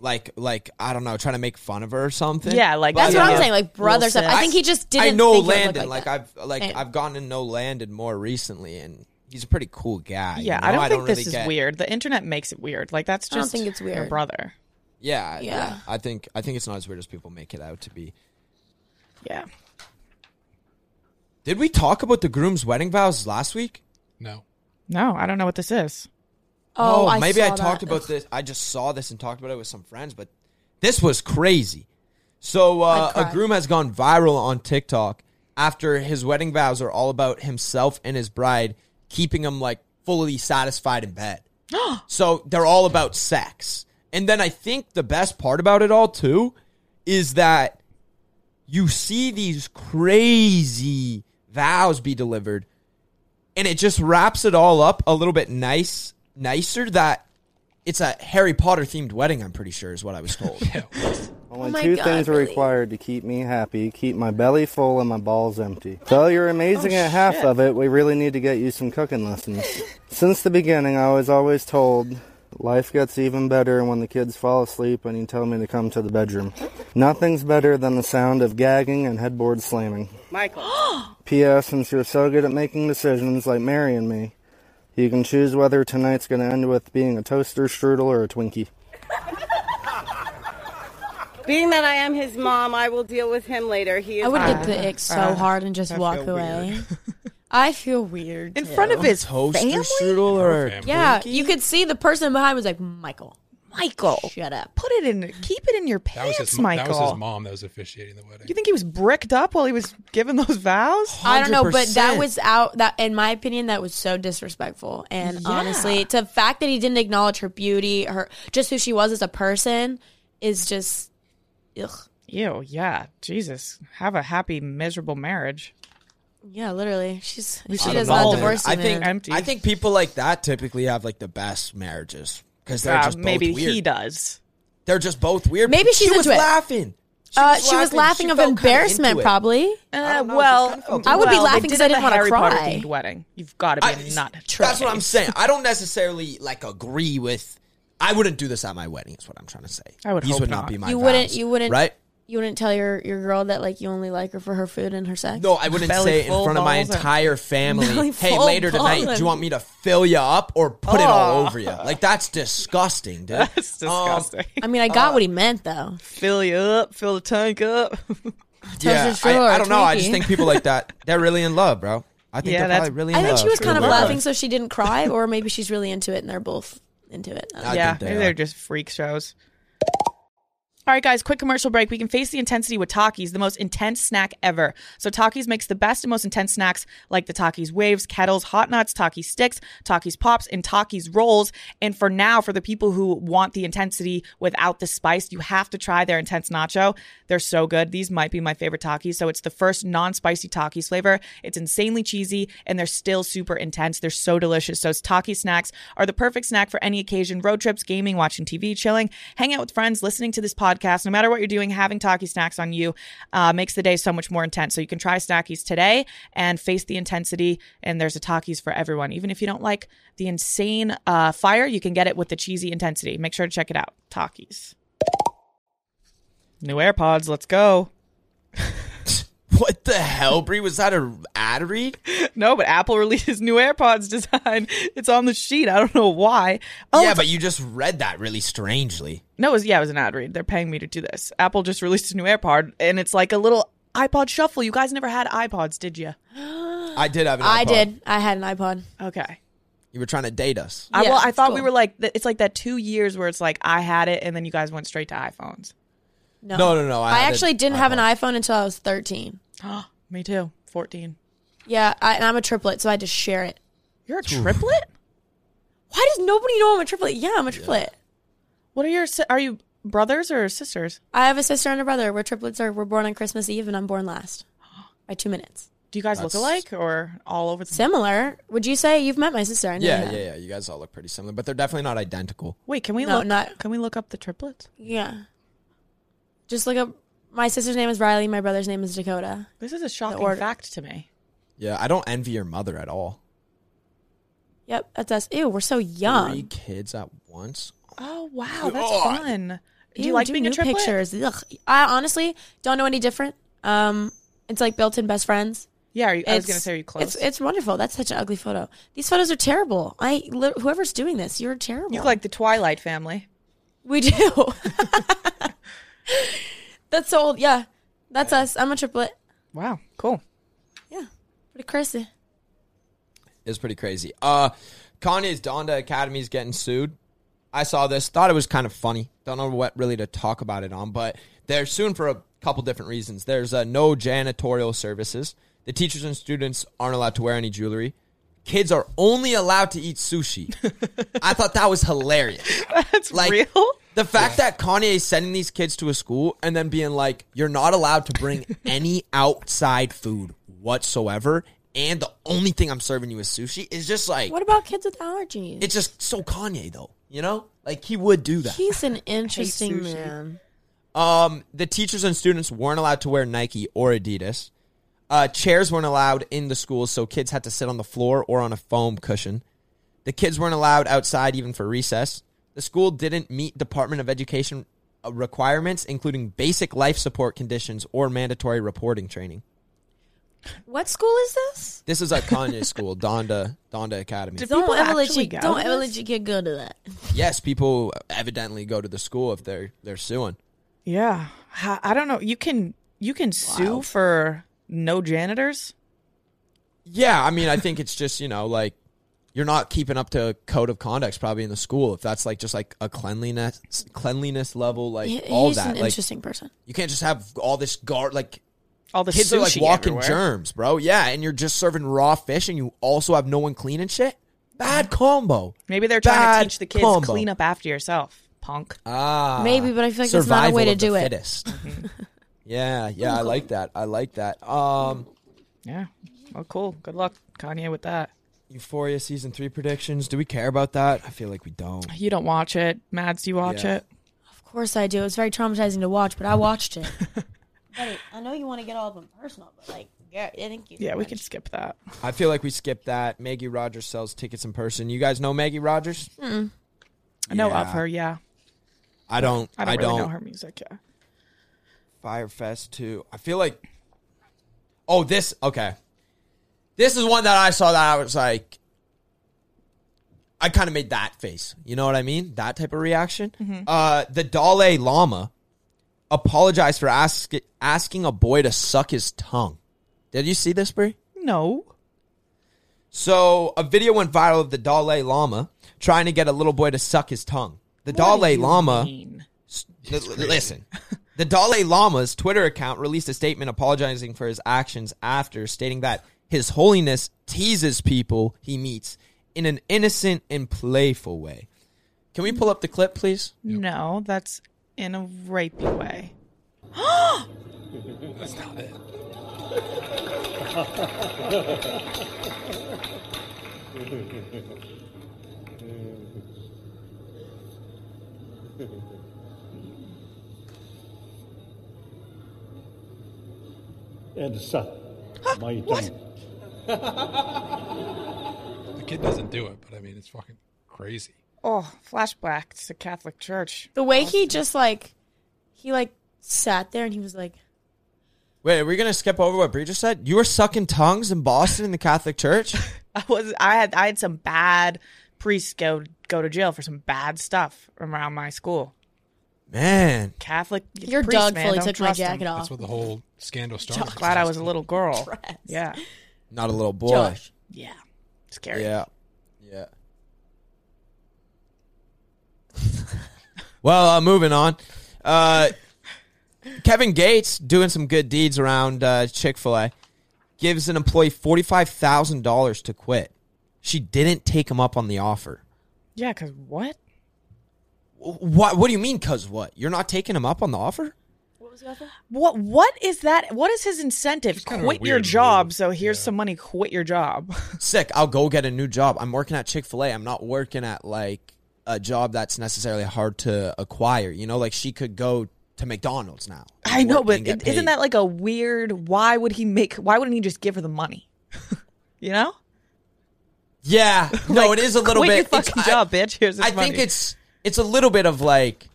like like I don't know, trying to make fun of her or something. Yeah, like- That's But, what uh, I'm saying, like brother Little stuff. sis. I think he just didn't. I know think Landon. It would look like, like, that. I've like And- I've gotten to know Landon more recently, and he's a pretty cool guy. you Yeah, know? I don't think this really is get- weird. The internet makes it weird. Like that's just I don't think it's her weird. brother. Yeah, yeah, Yeah. I think I think it's not as weird as people make it out to be. Yeah. Did we talk about the groom's wedding vows last week? No. No, I don't know what this is. oh, I maybe I saw talked that. about this. I just saw this and talked about it with some friends, but this was crazy. So uh, I'd a cry. groom has gone viral on TikTok after his wedding vows are all about himself and his bride keeping him like fully satisfied in bed. so they're all about sex. And then I think the best part about it all too is that you see these crazy vows be delivered and it just wraps it all up a little bit nice nicer that it's a Harry Potter themed wedding I'm pretty sure is what I was told. Only my two God, things are really? required to keep me happy keep my belly full and my balls empty. Though you're amazing at half of it, we really need to get you some cooking lessons. Since the beginning, I was always told life gets even better when the kids fall asleep and you tell me to come to the bedroom. Nothing's better than the sound of gagging and headboard slamming. Michael. P.S. Since you're so good at making decisions like Mary and me, you can choose whether tonight's going to end with being a toaster strudel or a Twinkie. Being that I am his mom, I will deal with him later. He is I would get the ick so hard and just walk away. I feel weird In front of his Toaster family? strudel or Yeah, you could see the person behind was like Michael. Michael. Shut up. Put it in keep it in your That was pants, his mo- Michael. that was his mom that was officiating the wedding. You think he was bricked up while he was giving those vows? I don't know, but that 100%. was out. That, in my opinion, that was so disrespectful. And honestly, to the fact that he didn't acknowledge her beauty, her just who she was as a person, is just ugh. Ew, yeah. Jesus. Have a happy, miserable marriage. Yeah, literally, she's I she don't does know, not man. divorce. I you, think man. Empty. I think people like that typically have like the best marriages because they're Uh, just both maybe weird. he does. They're just both weird. Maybe she she's was into it. laughing. She, Uh, she was laughing She of felt kinda into embarrassment, it. probably. Uh, know, well, just kind of felt I would be well, laughing they 'cause did I have didn't a wanna Harry Potter cry. themed wedding. You've got to be I- a nut. That's what I'm saying. I don't necessarily like agree with. I wouldn't do this at my wedding. Is what I'm trying to say. I would These hope would not, not. be my. You wouldn't. vows, You wouldn't. Right? You wouldn't tell your your girl that like you only like her for her food and her sex. No, I wouldn't Belly say it in full front of my balls and- entire family. Belly Hey, full later tonight, do balls. you want me to fill you up or put it all over you? Like that's disgusting, dude. Oh. That's Um, disgusting. I mean, I got what he meant though. fill you up, fill the tank up. yeah, Toaster I, strudel I or don't know. I just Twinkie. think people like that. They're really in love, bro. I think Yeah, they're that's- probably really. In I think love. she was kind of Really. laughing so she didn't cry, or maybe she's really into it and they're both into it. I don't know. I yeah, think they maybe are. they're just freak shows. All right, guys, quick commercial break. We can face the intensity with Takis, the most intense snack ever. So, Takis makes the best and most intense snacks like the Takis waves, kettles, hot nuts, Takis sticks, Takis pops, and Takis rolls. And for now, for the people who want the intensity without the spice, you have to try their intense nacho. They're so good. These might be my favorite Takis. So, it's the first non spicy Takis flavor. It's insanely cheesy, and they're still super intense. They're so delicious. So, Takis snacks are the perfect snack for any occasion road trips, gaming, watching TV, chilling, hanging out with friends, listening to this podcast podcast. No matter what you're doing, having Taki Snacks on you uh, makes the day so much more intense. So you can try Snackies today and face the intensity. And there's a Takis for everyone. Even if you don't like the insane uh, fire, you can get it with the cheesy intensity. Make sure to check it out. Takis. New AirPods. Let's go. What the hell, Brie? Was that a ad read? No, but Apple releases new AirPods design. It's on the sheet. I don't know why. Oh, yeah, it's- but you just read that really strangely. No, it was yeah, it was an ad read. They're paying me to do this. Apple just released a new AirPod, and it's like a little iPod shuffle. You guys never had iPods, did you? I did have an iPod. I did. I had an iPod. Okay. You were trying to date us. I, Yeah, well, I it's thought we cool. were like th- it's like that two years where it's like I had it, and then you guys went straight to iPhones. No, No, no, no, I I, had an actually didn't have an iPhone until I was 13. me too. Fourteen. Yeah, I, and I'm a triplet, so I had to share it. You're a triplet. Why does nobody know I'm a triplet? Yeah, I'm a triplet. what are your si- are you brothers or sisters? I have a sister and a brother. We're triplets. Are we're born on Christmas Eve, and I'm born last by two minutes. Do you guys look alike or all over the? Similar? Would you say you've met my sister? I know Yeah, you yeah, have. yeah. You guys all look pretty similar, but they're definitely not identical. Wait, can we No, look? not- Can we look up the triplets? yeah. Just look up. My sister's name is Riley. My brother's name is Dakota. This is a shocking order. fact to me. Yeah, I don't envy your mother at all. Yep, that's us. Ew, we're so Three young. kids at once. Oh wow, that's God. fun. Do Ew, you like do being a new triplet? Pictures. Ugh. I honestly don't know any different. Um, it's like built-in best friends. Yeah, are you, I was It's- gonna say are you close? It's, it's wonderful. That's such an ugly photo. These photos are terrible. I li- whoever's doing this, you're terrible. you look like the Twilight family. we do. That's so old. Yeah, that's us. I'm a triplet. Wow, cool. Yeah, pretty crazy. It's pretty crazy. Uh, Kanye's Donda Academy is getting sued. I saw this, thought it was kind of funny. Don't know what really to talk about it on, but they're suing for a couple different reasons. There's uh, no janitorial services. The teachers and students aren't allowed to wear any jewelry. Kids are only allowed to eat sushi. I thought that was hilarious. That's Like- real. The fact that Kanye is sending these kids to a school and then being like, you're not allowed to bring any outside food whatsoever, and the only thing I'm serving you is sushi is just like, What about kids with allergies? it's just so Kanye though, you know? Like he would do that. He's an interesting sushi. man. Um, the teachers and students weren't allowed to wear Nike or Adidas. Uh, chairs weren't allowed in the schools, so kids had to sit on the floor or on a foam cushion. The kids weren't allowed outside even for recess. The school didn't meet Department of Education uh, requirements, including basic life support conditions or mandatory reporting training. What school is this? This is a Kanye school, Donda Donda Academy. Did Don't people ever let actually you go don't to ever this? let your kid go to that. yes, people evidently go to the school if they're they're suing. Yeah, Ha- I don't know. You can you can sue for no janitors. Yeah, I mean, I think it's just you know like you're not keeping up to code of conducts probably in the school if that's like just like a cleanliness cleanliness level like He- all He's that an like interesting person. you can't just have all this guard like All the kids are like sushi walking everywhere. germs, bro. Yeah, and you're just serving raw fish and you also have no one cleaning shit. Bad combo. Maybe they're trying Bad to teach the kids combo. clean up after yourself, punk. Ah, Maybe, but I feel like that's not a way survival to of the do it. fittest. Mm-hmm. yeah, yeah, I like that. I like that. Um, Yeah. Well, cool. Good luck, Kanye, with that. Euphoria season three predictions. Do we care about that? I feel like we don't. You don't watch it, Mads. Do you watch Yeah. it? Of course I do. It was very traumatizing to watch, Mm-hmm. but I watched it. Buddy, I know you want to get all of them personal, but like, yeah, I think you. Yeah, we can skip that. I feel like we skipped that. Maggie Rogers sells tickets in person. You guys know Maggie Rogers? I know of Yeah. her. Yeah, I don't. I don't really know her music. Yeah. Firefest too. I feel like. Oh, this okay. This is one that I saw that I was like. I kind of made that face. You know what I mean? That type of reaction. Mm-hmm. Uh, the Dalai Lama apologized for ask, asking a boy to suck his tongue. Did you see this, Brie? No. So a video went viral of the Dalai Lama trying to get a little boy to suck his tongue. The Dalai Lama. s- l- l- listen, the Dalai Lama's Twitter account released a statement apologizing for his actions after stating that His Holiness teases people he meets in an innocent and playful way. Can we pull up the clip, please? No, that's in a rapey way. That's not it. and suck my tongue. The kid doesn't do it, but I mean, it's fucking crazy. Oh, flashback to the Catholic Church. The way he just like, he like sat there and he was like, Wait, are we gonna skip over what Bree just said? You were sucking tongues in Boston in the Catholic Church? I was I had I had some bad priests go go to jail for some bad stuff around my school. Man. Catholic Your priest, dog man, fully don't took my trust 'em. jacket off. That's what the whole scandal started. I'm glad I was a little girl. Yeah. Not a little boy. Josh. Yeah. Scary. Yeah. Yeah. well, uh, moving on. Uh, Kevin Gates doing some good deeds around uh, Chick fil A gives an employee $45,000 to quit. She didn't take him up on the offer. Yeah, because what? What, what do you mean, cuz what? You're not taking him up on the offer? What what is that? What is his incentive? kind of a Quit your weird job. So here's some money. Quit your job. Sick. I'll go get a new job. I'm working at Chick fil A. I'm not working at like a job that's necessarily hard to acquire. You know, like she could go to McDonald's now. I know, work but and get isn't paid. that like a weird? Why would he make? Why wouldn't he just give her the money? you know, Yeah. No, Like, it is a little quit bit. your it's- fucking I- job, bitch. Here's this I money. think it's it's a little bit of like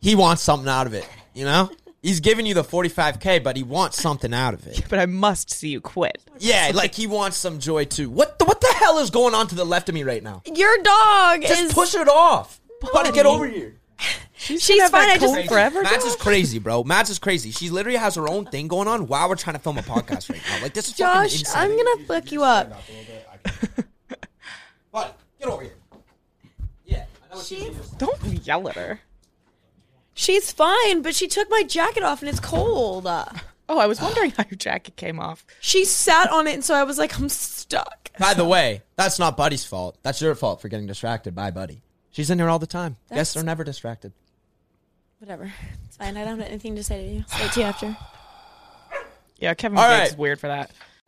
he wants something out of it. You know, he's giving you the forty five k, but he wants something out of it. but I must see you quit. Yeah, like he wants some joy too. What the, what the hell is going on to the left of me right now? "Your dog Just is push it off. Buddy, get over here. she's fine. I just Crazy. Mads is crazy, bro. Mads is crazy. She literally has her own thing going on while we're trying to film a podcast right now. Like this is fucking Josh, insane. I'm gonna fuck you up." Buddy, get over here. Don't yell at her. She's fine, but she took my jacket off and it's cold. Oh, I was wondering how your jacket came off. She sat on it, and so I was like, I'm stuck. By the way, that's not Buddy's fault. That's your fault for getting distracted by Buddy. She's in here all the time. That's- Guests are never distracted. Whatever. It's fine. I don't have anything to say to you. Say it to you after. Yeah, Kevin All Gates right. is weird for that.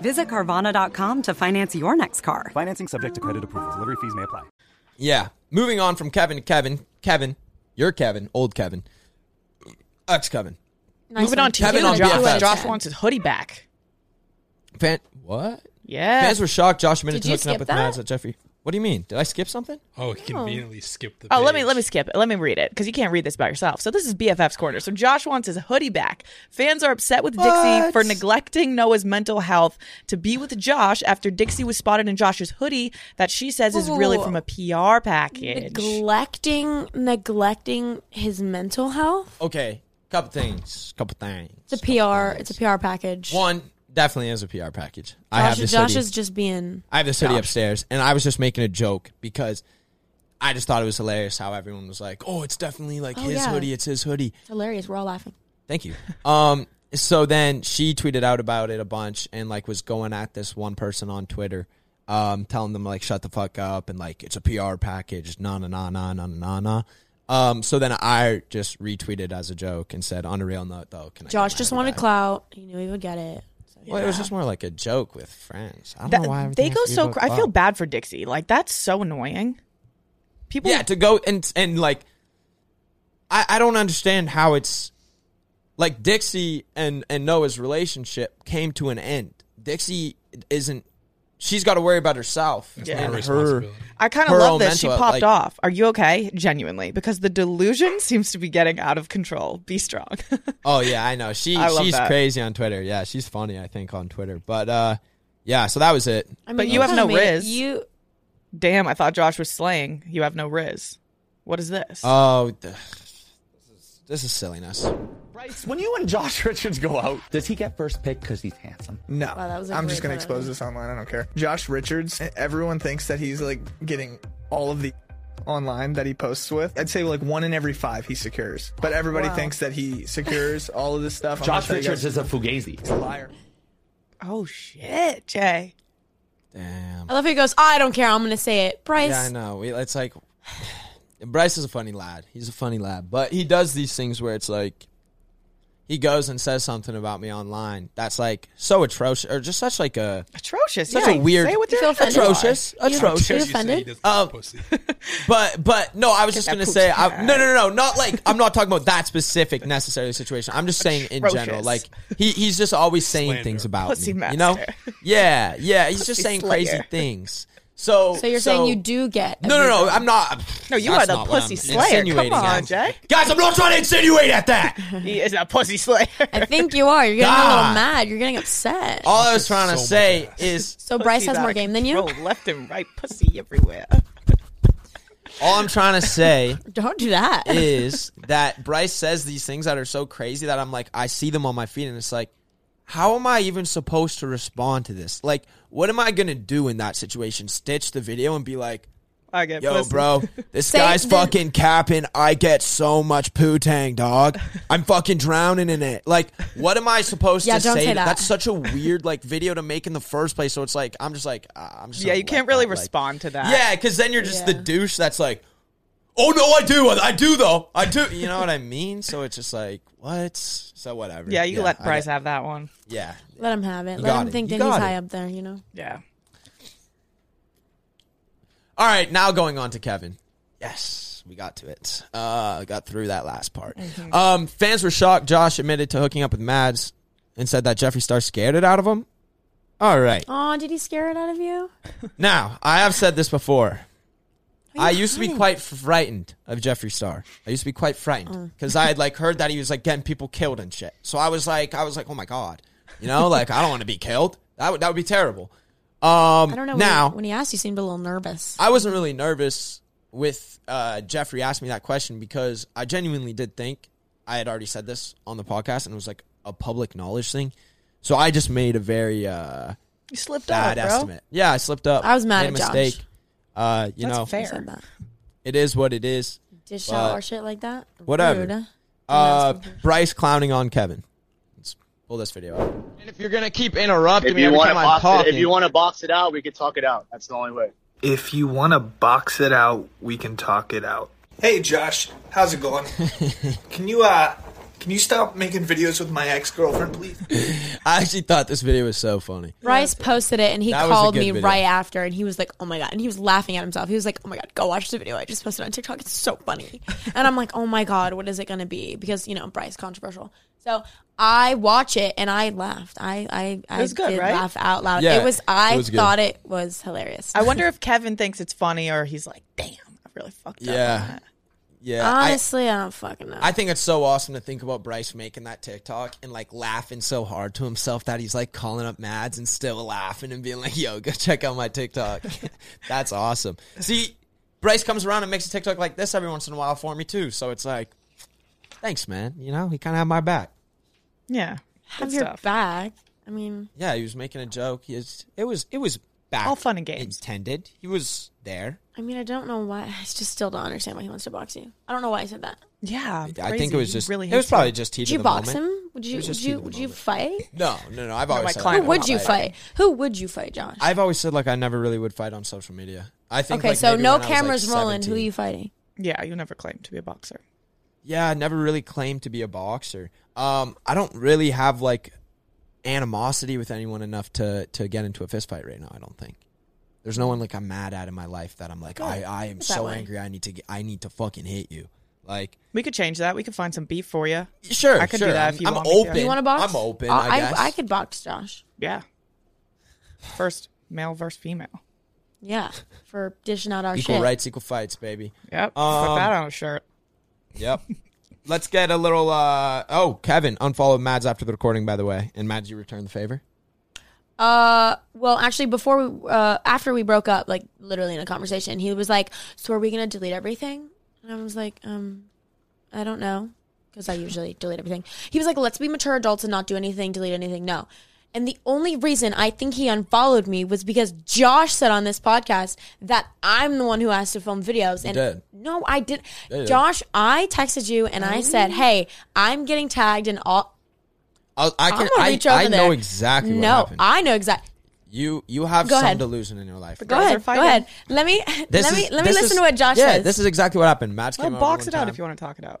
Visit Carvana.com to finance your next car. Financing subject to credit approval. Delivery fees may apply. Yeah. Moving on from Kevin to Kevin. Kevin, you're Kevin, old Kevin, ex Kevin. Moving on to Kevin you, on Josh. BFF. Josh wants his hoodie back. Fan, what? Yeah. Fans were shocked. Josh Did admitted to you hooking skip up with that? Mads at Jeffrey. What do you mean? Did I skip something? Oh, he conveniently skipped the. Oh, let me let me skip it. Let me read it because you can't read this by yourself. So this is BFF's corner. So Josh wants his hoodie back. Fans are upset with Dixie What? for neglecting Noah's mental health to be with Josh after Dixie was spotted in Josh's hoodie that she says is really Ooh. from a PR package. Neglecting, neglecting his mental health. Okay. Couple things. Couple things. It's a PR. It's a PR package. One definitely is a PR package. I Josh, have this Josh hoodie. is just being. I have this hoodie upstairs, and I was just making a joke because I just thought it was hilarious how everyone was like, "Oh, it's definitely like Oh, his yeah. hoodie. It's his hoodie." It's hilarious. We're all laughing. Thank you. Um, so then she tweeted out about it a bunch and like was going at this one person on Twitter, um, telling them like shut the fuck up and like it's a PR package, na na na na na na na na. Um, so then I just retweeted as a joke and said, on a real note though, can I? Josh just wanted clout. He knew he would get it. So, Well, it was just more like a joke with friends. I don't know why That, everything they has go to be so. about Cr- I feel fuck. bad for Dixie. Like that's so annoying. People. Yeah, to go and and like I, I don't understand how it's like Dixie and and Noah's relationship came to an end. Dixie isn't she's got to worry about herself Yeah. and her her. I kind of her love own this. She mental- popped like- off. Are you okay? Genuinely, because the delusion seems to be getting out of control. Be strong. Oh yeah, I know. She I love she's that. crazy on Twitter. Yeah, she's funny. I think on Twitter, but uh, yeah. So that was it. I mean, but you have no kinda made it- riz. You Damn, I thought Josh was slaying. You have no riz. What is this? Oh, th- this is this is silliness. Bryce, when you and Josh Richards go out, does he get first pick because he's handsome? No, Wow, that was a I'm just great gonna photo. expose this online. I don't care. Josh Richards. Everyone thinks that he's like getting all of the online that he posts with. I'd say like one in every five he secures, but everybody Wow. thinks that he secures all of this stuff. I'm gonna Josh tell you Richards guys- is a fugazi. He's a liar. Oh shit, Oh, Jay. Damn. I love how he goes, I don't care. I'm going to say it. Bryce. Yeah, I know. We- It's like Bryce is a funny lad. He's a funny lad, but he does these things where it's like he goes and says something about me online that's like so atrocious, or just such like a atrocious, such yeah, a weird, say what you feel offended atrocious, by. You- atrocious. you offended? You Um, but but no, I was just that gonna poop's say, I, no, no, no, no, not like I'm not talking about that specific necessarily situation. I'm just saying in general, Atrocious. like he, he's just always saying things about Pussy me, you know? Yeah, yeah. He's just Pussy saying slayer. crazy things. So So you're saying you do get. no, no, no. I'm not. No, you That's are the not what pussy slayer. I'm Come insinuating on, at. Jay. Guys, I'm not trying to insinuate at that. he is a pussy slayer. I think you are. You're getting a little God. Oh, mad. You're getting upset. All I was trying to say is So Bryce has more game than you? Left and right, pussy everywhere. all I'm trying to say Don't do that. is that Bryce says these things that are so crazy that I'm like, I see them on my feet, and it's like, how am I even supposed to respond to this? Like, what am I gonna do in that situation? Stitch the video and be like, I get Yo, pussy. bro, this Say guy's the- fucking capping. I get so much pootang, dog. I'm fucking drowning in it. Like, what am I supposed Yeah, to don't say? say to- that. That's such a weird like video to make in the first place. So it's like, I'm just like, uh, I'm just Yeah, gonna you let can't really that, like- respond to that. Yeah, because then you're just the douche that's like, oh no, I do, I I do though, I do. You know what I mean? So it's just like, what? So whatever. Yeah, you let I Bryce get- have that one. Yeah, Let him have it. You Let got him it. think You that he's got it. high up there, you know? Yeah. All right, now going on to Kevin. Yes, we got to it. Uh, got through that last part. Mhm. Um, fans were shocked. Josh admitted to hooking up with Mads and said that Jeffree Star scared it out of him. All right. Oh, did he scare it out of you? Now, I have said this before. are I you used to be hiding? quite frightened of Jeffree Star. I used to be quite frightened Uh. because I had like heard that he was like getting people killed and shit. So I was like, I was like, oh my god, you know, like I don't want to be killed. That would that would be terrible. Um, I don't know. Now When he, when he asked, you seemed a little nervous. I wasn't really nervous with uh, Jeffrey asking me that question because I genuinely did think I had already said this on the podcast and it was like a public knowledge thing. So I just made a very uh, You slipped bad up, bro. estimate. Yeah, I slipped up. Oh, I was mad made a at Josh. mistake. Uh, you That's know, fair. said that. it is what it is. Dish but out or shit like that. Whatever. Rude. Uh, Bryce clowning on Kevin. Let's pull this video up. And if you're gonna keep interrupting If me you every want to time I'm box it, talking, if you want to box it out, we could talk it out. That's the only way. If you want to box it out, we can talk it out. Hey Josh, how's it going? can you uh can you stop making videos with my ex-girlfriend, please? I actually thought this video was so funny. Bryce posted it and he That was a called good me video. right after and he was like, oh my God. And he was laughing at himself. He was like, oh my God, go watch the video I just posted on TikTok. It's so funny. and I'm like, oh my God, what is it going to be? Because, you know, Bryce, controversial. So I watch it and I laughed. I, I, I It was good, did right? laugh out loud. Yeah, it was, I it was good. thought it was hilarious. I wonder if Kevin thinks it's funny or he's like, damn, I really fucked up. Yeah, yeah. I- Honestly, I, don't fucking know. I think it's so awesome to think about Bryce making that TikTok and like laughing so hard to himself that he's like calling up Mads and still laughing and being like, "Yo, go check out my TikTok." That's awesome. See, Bryce comes around and makes a TikTok like this every once in a while for me too. So it's like, thanks, man. You know, he kind of had my back. Yeah. Have good your stuff. back. I mean, Yeah, he was making a joke. He was, it was it was back All fun and games. intended. He was there. I mean, I don't know why. I just still don't understand why he wants to box you. I don't know why I said that. Yeah, I think it was just it was probably just Did teaching. you the box moment. him? Would It you? was Would just you? heated Would you fight? No, no, no. I've always said Who I'm would not you like- fight? Who would you fight, Josh? I've always said like I never really would fight on social media. I think okay, like, so maybe no when I was, like, cameras rolling. Who are 17. you fighting? Yeah, you never claimed to be a boxer. Yeah, I never really claimed to be a boxer. Um, I don't really have like animosity with anyone enough to to get into a fist fight right now. I don't think there's no one like I'm mad at in my life that I'm like I Good. I am It's that so way. angry. I need to get, I need to fucking hit you. Like We could change that. We could find some beef for you. sure, I could sure. do that I'm- if you I'm want me to. open. You want to box? I'm open, Uh, I I, guess. I could box Josh. Yeah. First male versus female. Yeah, for dishing out our equal shit. rights, equal fights, baby. Yep. Put Um, that on a shirt. Yep. Let's get a little. uh Oh, Kevin unfollowed Mads after the recording, by the way. And Mads, you return the favor. Uh, well, actually, before we, uh, after we broke up, like literally in a conversation, he was like, "So are we gonna delete everything?" And I was like, "Um, I don't know, because I usually delete everything." He was like, "Let's be mature adults and not do anything, delete anything." No. And the only reason I think he unfollowed me was because Josh said on this podcast that I'm the one who has to film videos. You and did. no, I didn't. Yeah, you did. Oh. Josh, I texted you and I said, "Hey, I'm getting tagged and all." I, I I can. am gonna I, reach over I there. know exactly. No, what happened. I know exactly. You you have Go some ahead. delusion in your life. Go ahead. Go ahead. Let me This let is- me let me this listen is- to what Josh yeah, says. this is exactly what happened. Match Well, came box it over out one if you want to talk it out.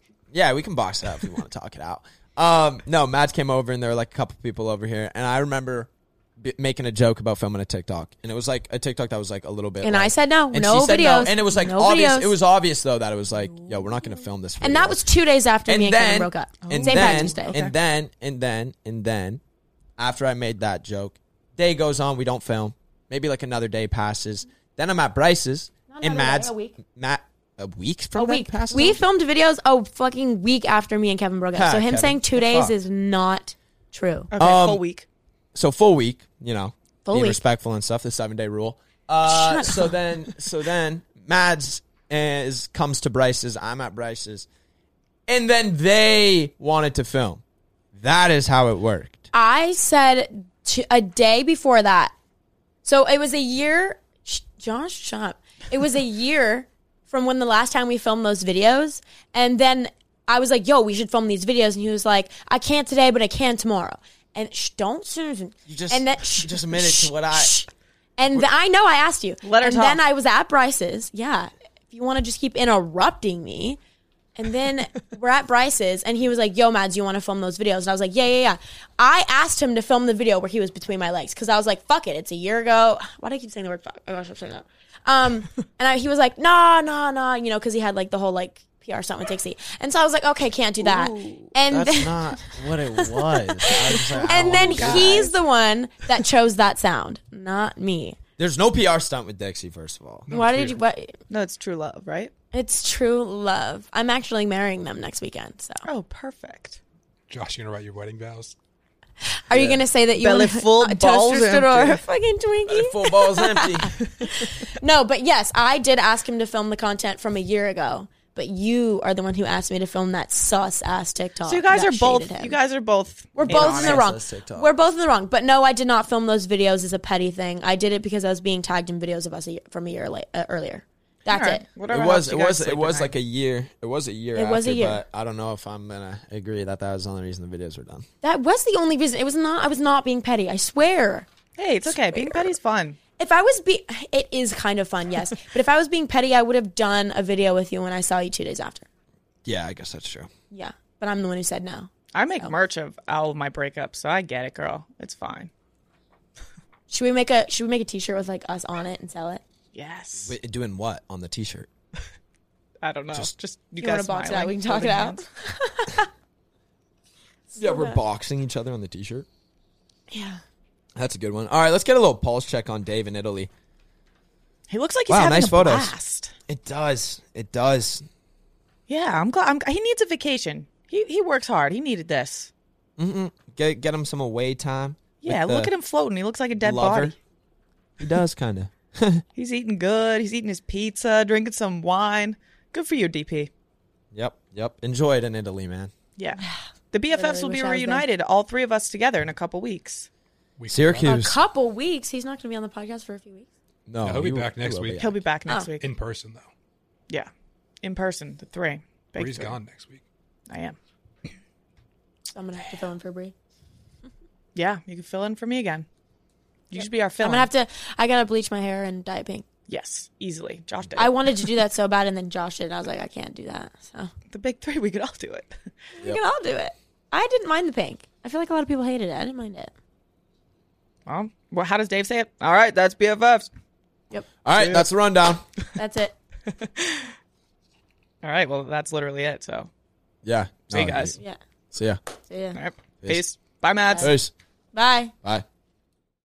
Yeah, we can box it out if you want to talk it out. Um, no, Mads came over and there were like a couple people over here, and I remember b- making a joke about filming a TikTok, and it was like a TikTok that was like a little bit. And like- I said no, and no she said videos, and it was like no obvious. videos. It was obvious though that it was like, yo, we're not gonna film this. and video. that was two days after me and Kevin then- broke up. And St. then, Patrick's Day. and then, and then, and then, after I made that joke, day goes on. We don't film. Maybe like another day passes. Then I'm at Bryce's and another day, Mads. a week. Matt, a week from a that week. passes. We filmed videos a fucking week after me and Kevin broke up. Ha, so him Kevin. saying two The days fuck? is not true. Okay, Um, full week. So full week, you know, Full being week. respectful and stuff. The seven day rule. Uh, Shut so up. then, so then, Mads is comes to Bryce's. I'm at Bryce's, and then they wanted to film. That is how it worked. I said t- a day before that. So it was a year. Sh- Josh, shut up. It was a year from when the last time we filmed those videos. And then I was like, yo, we should film these videos. And he was like, I can't today, but I can tomorrow. And shh, don't soon. You just and then, you just admitted to what I. And th- I know I asked you. Let her and talk. then I was at Bryce's. Yeah. If you want to just keep interrupting me. And then we're at Bryce's and he was like, Yo, Mads, you want to film those videos? And I was like, Yeah, yeah, yeah. I asked him to film the video where he was between my legs because I was like, Fuck it. It's a year ago. Why do I keep saying the word fuck? Oh, gosh, I'm saying that. Um, and I, he was like, Nah, nah, nah. You know, because he had like the whole like PR stunt with Dixie. And so I was like, Okay, can't do that. and That's then- not what it was. I was like, and oh, then God. he's the one that chose that sound, not me. There's no PR stunt with Dixie, first of all. Why did you? What? No, it's true love, right? It's true love. I'm actually marrying them next weekend. So, oh, perfect. Josh, you gonna write your wedding vows? Are you gonna say that you Belly wanna- full, a balls toaster stood empty. or a fucking Twinkie? Full balls empty. No, but yes, I did ask him to film the content from a year ago. But you are the one who asked me to film that sus ass TikTok. So you guys that are both. shaded him. You guys are both. We're both in the wrong. We're both in the wrong. But no, I did not film those videos as a petty thing. I did it because I was being tagged in videos of us a year, from a year late, uh, earlier. That's Alright. it. Whatever it was. helps It you guys was. sleep It at was night. like a year. It was a year. It was a after, year. But I don't know if I'm gonna agree that that was the only reason the videos were done. That was the only reason. It was not. I was not being petty. I swear. Hey, it's okay. Being petty's fun. If I was be, it is kind of fun, yes. but if I was being petty, I would have done a video with you when I saw you two days after. Yeah, I guess that's true. Yeah, but I'm the one who said no. I make merch of all of my breakups, so I get it, girl. It's fine. Should we make a Should we make a T-shirt with like us on it and sell it? Yes. Wait, doing what on the T-shirt? I don't know. Just, Just- you, You wanna guys box it out? smiling, We can talk holding it out. hands. yeah, we're bad. boxing each other on the T-shirt. Yeah. That's a good one. All right, let's get a little pulse check on Dave in Italy. He looks like he's wow, having nice a photos. blast. It does. It does. Yeah, I'm glad. I'm, he needs a vacation. He he works hard. He needed this. Mm-mm. Get get him some away time. Yeah, with look the at him floating. He looks like a dead lover. body. He does kind of. He's eating good. He's eating his pizza, drinking some wine. Good for you, DP. Yep. Yep. Enjoy it in Italy, man. Yeah. The BFFs will wish be I was there. reunited, all three of us together in a couple weeks. A Syracuse. couple weeks. He's not going to be on the podcast for a few weeks. No, Yeah, he'll be he will- back he next will week. back. He'll be back next Oh. week. in person though. yeah. In person, the three. Big Bree's three. gone next week. I am. So I'm going to have to fill in for Brie. Yeah, you can fill in for me again. You should be our fill I'm going to have to. I got to bleach my hair and dye it pink. Yes, easily. Josh did. I it. wanted to do that so bad, and then Josh did. And I was like, I can't do that. So the big three. We could all do it. we can all do it. I didn't mind the pink. I feel like a lot of people hated it. I didn't mind it. Um, well, how does Dave say it? Oh, All right, that's BFFs. All right, that's the rundown. That's it. All right, well, that's literally it. So, Yeah. see you No, guys. Yeah. See ya. So yeah. All right, Peace. peace. Bye, Mads. Peace. Bye. Bye.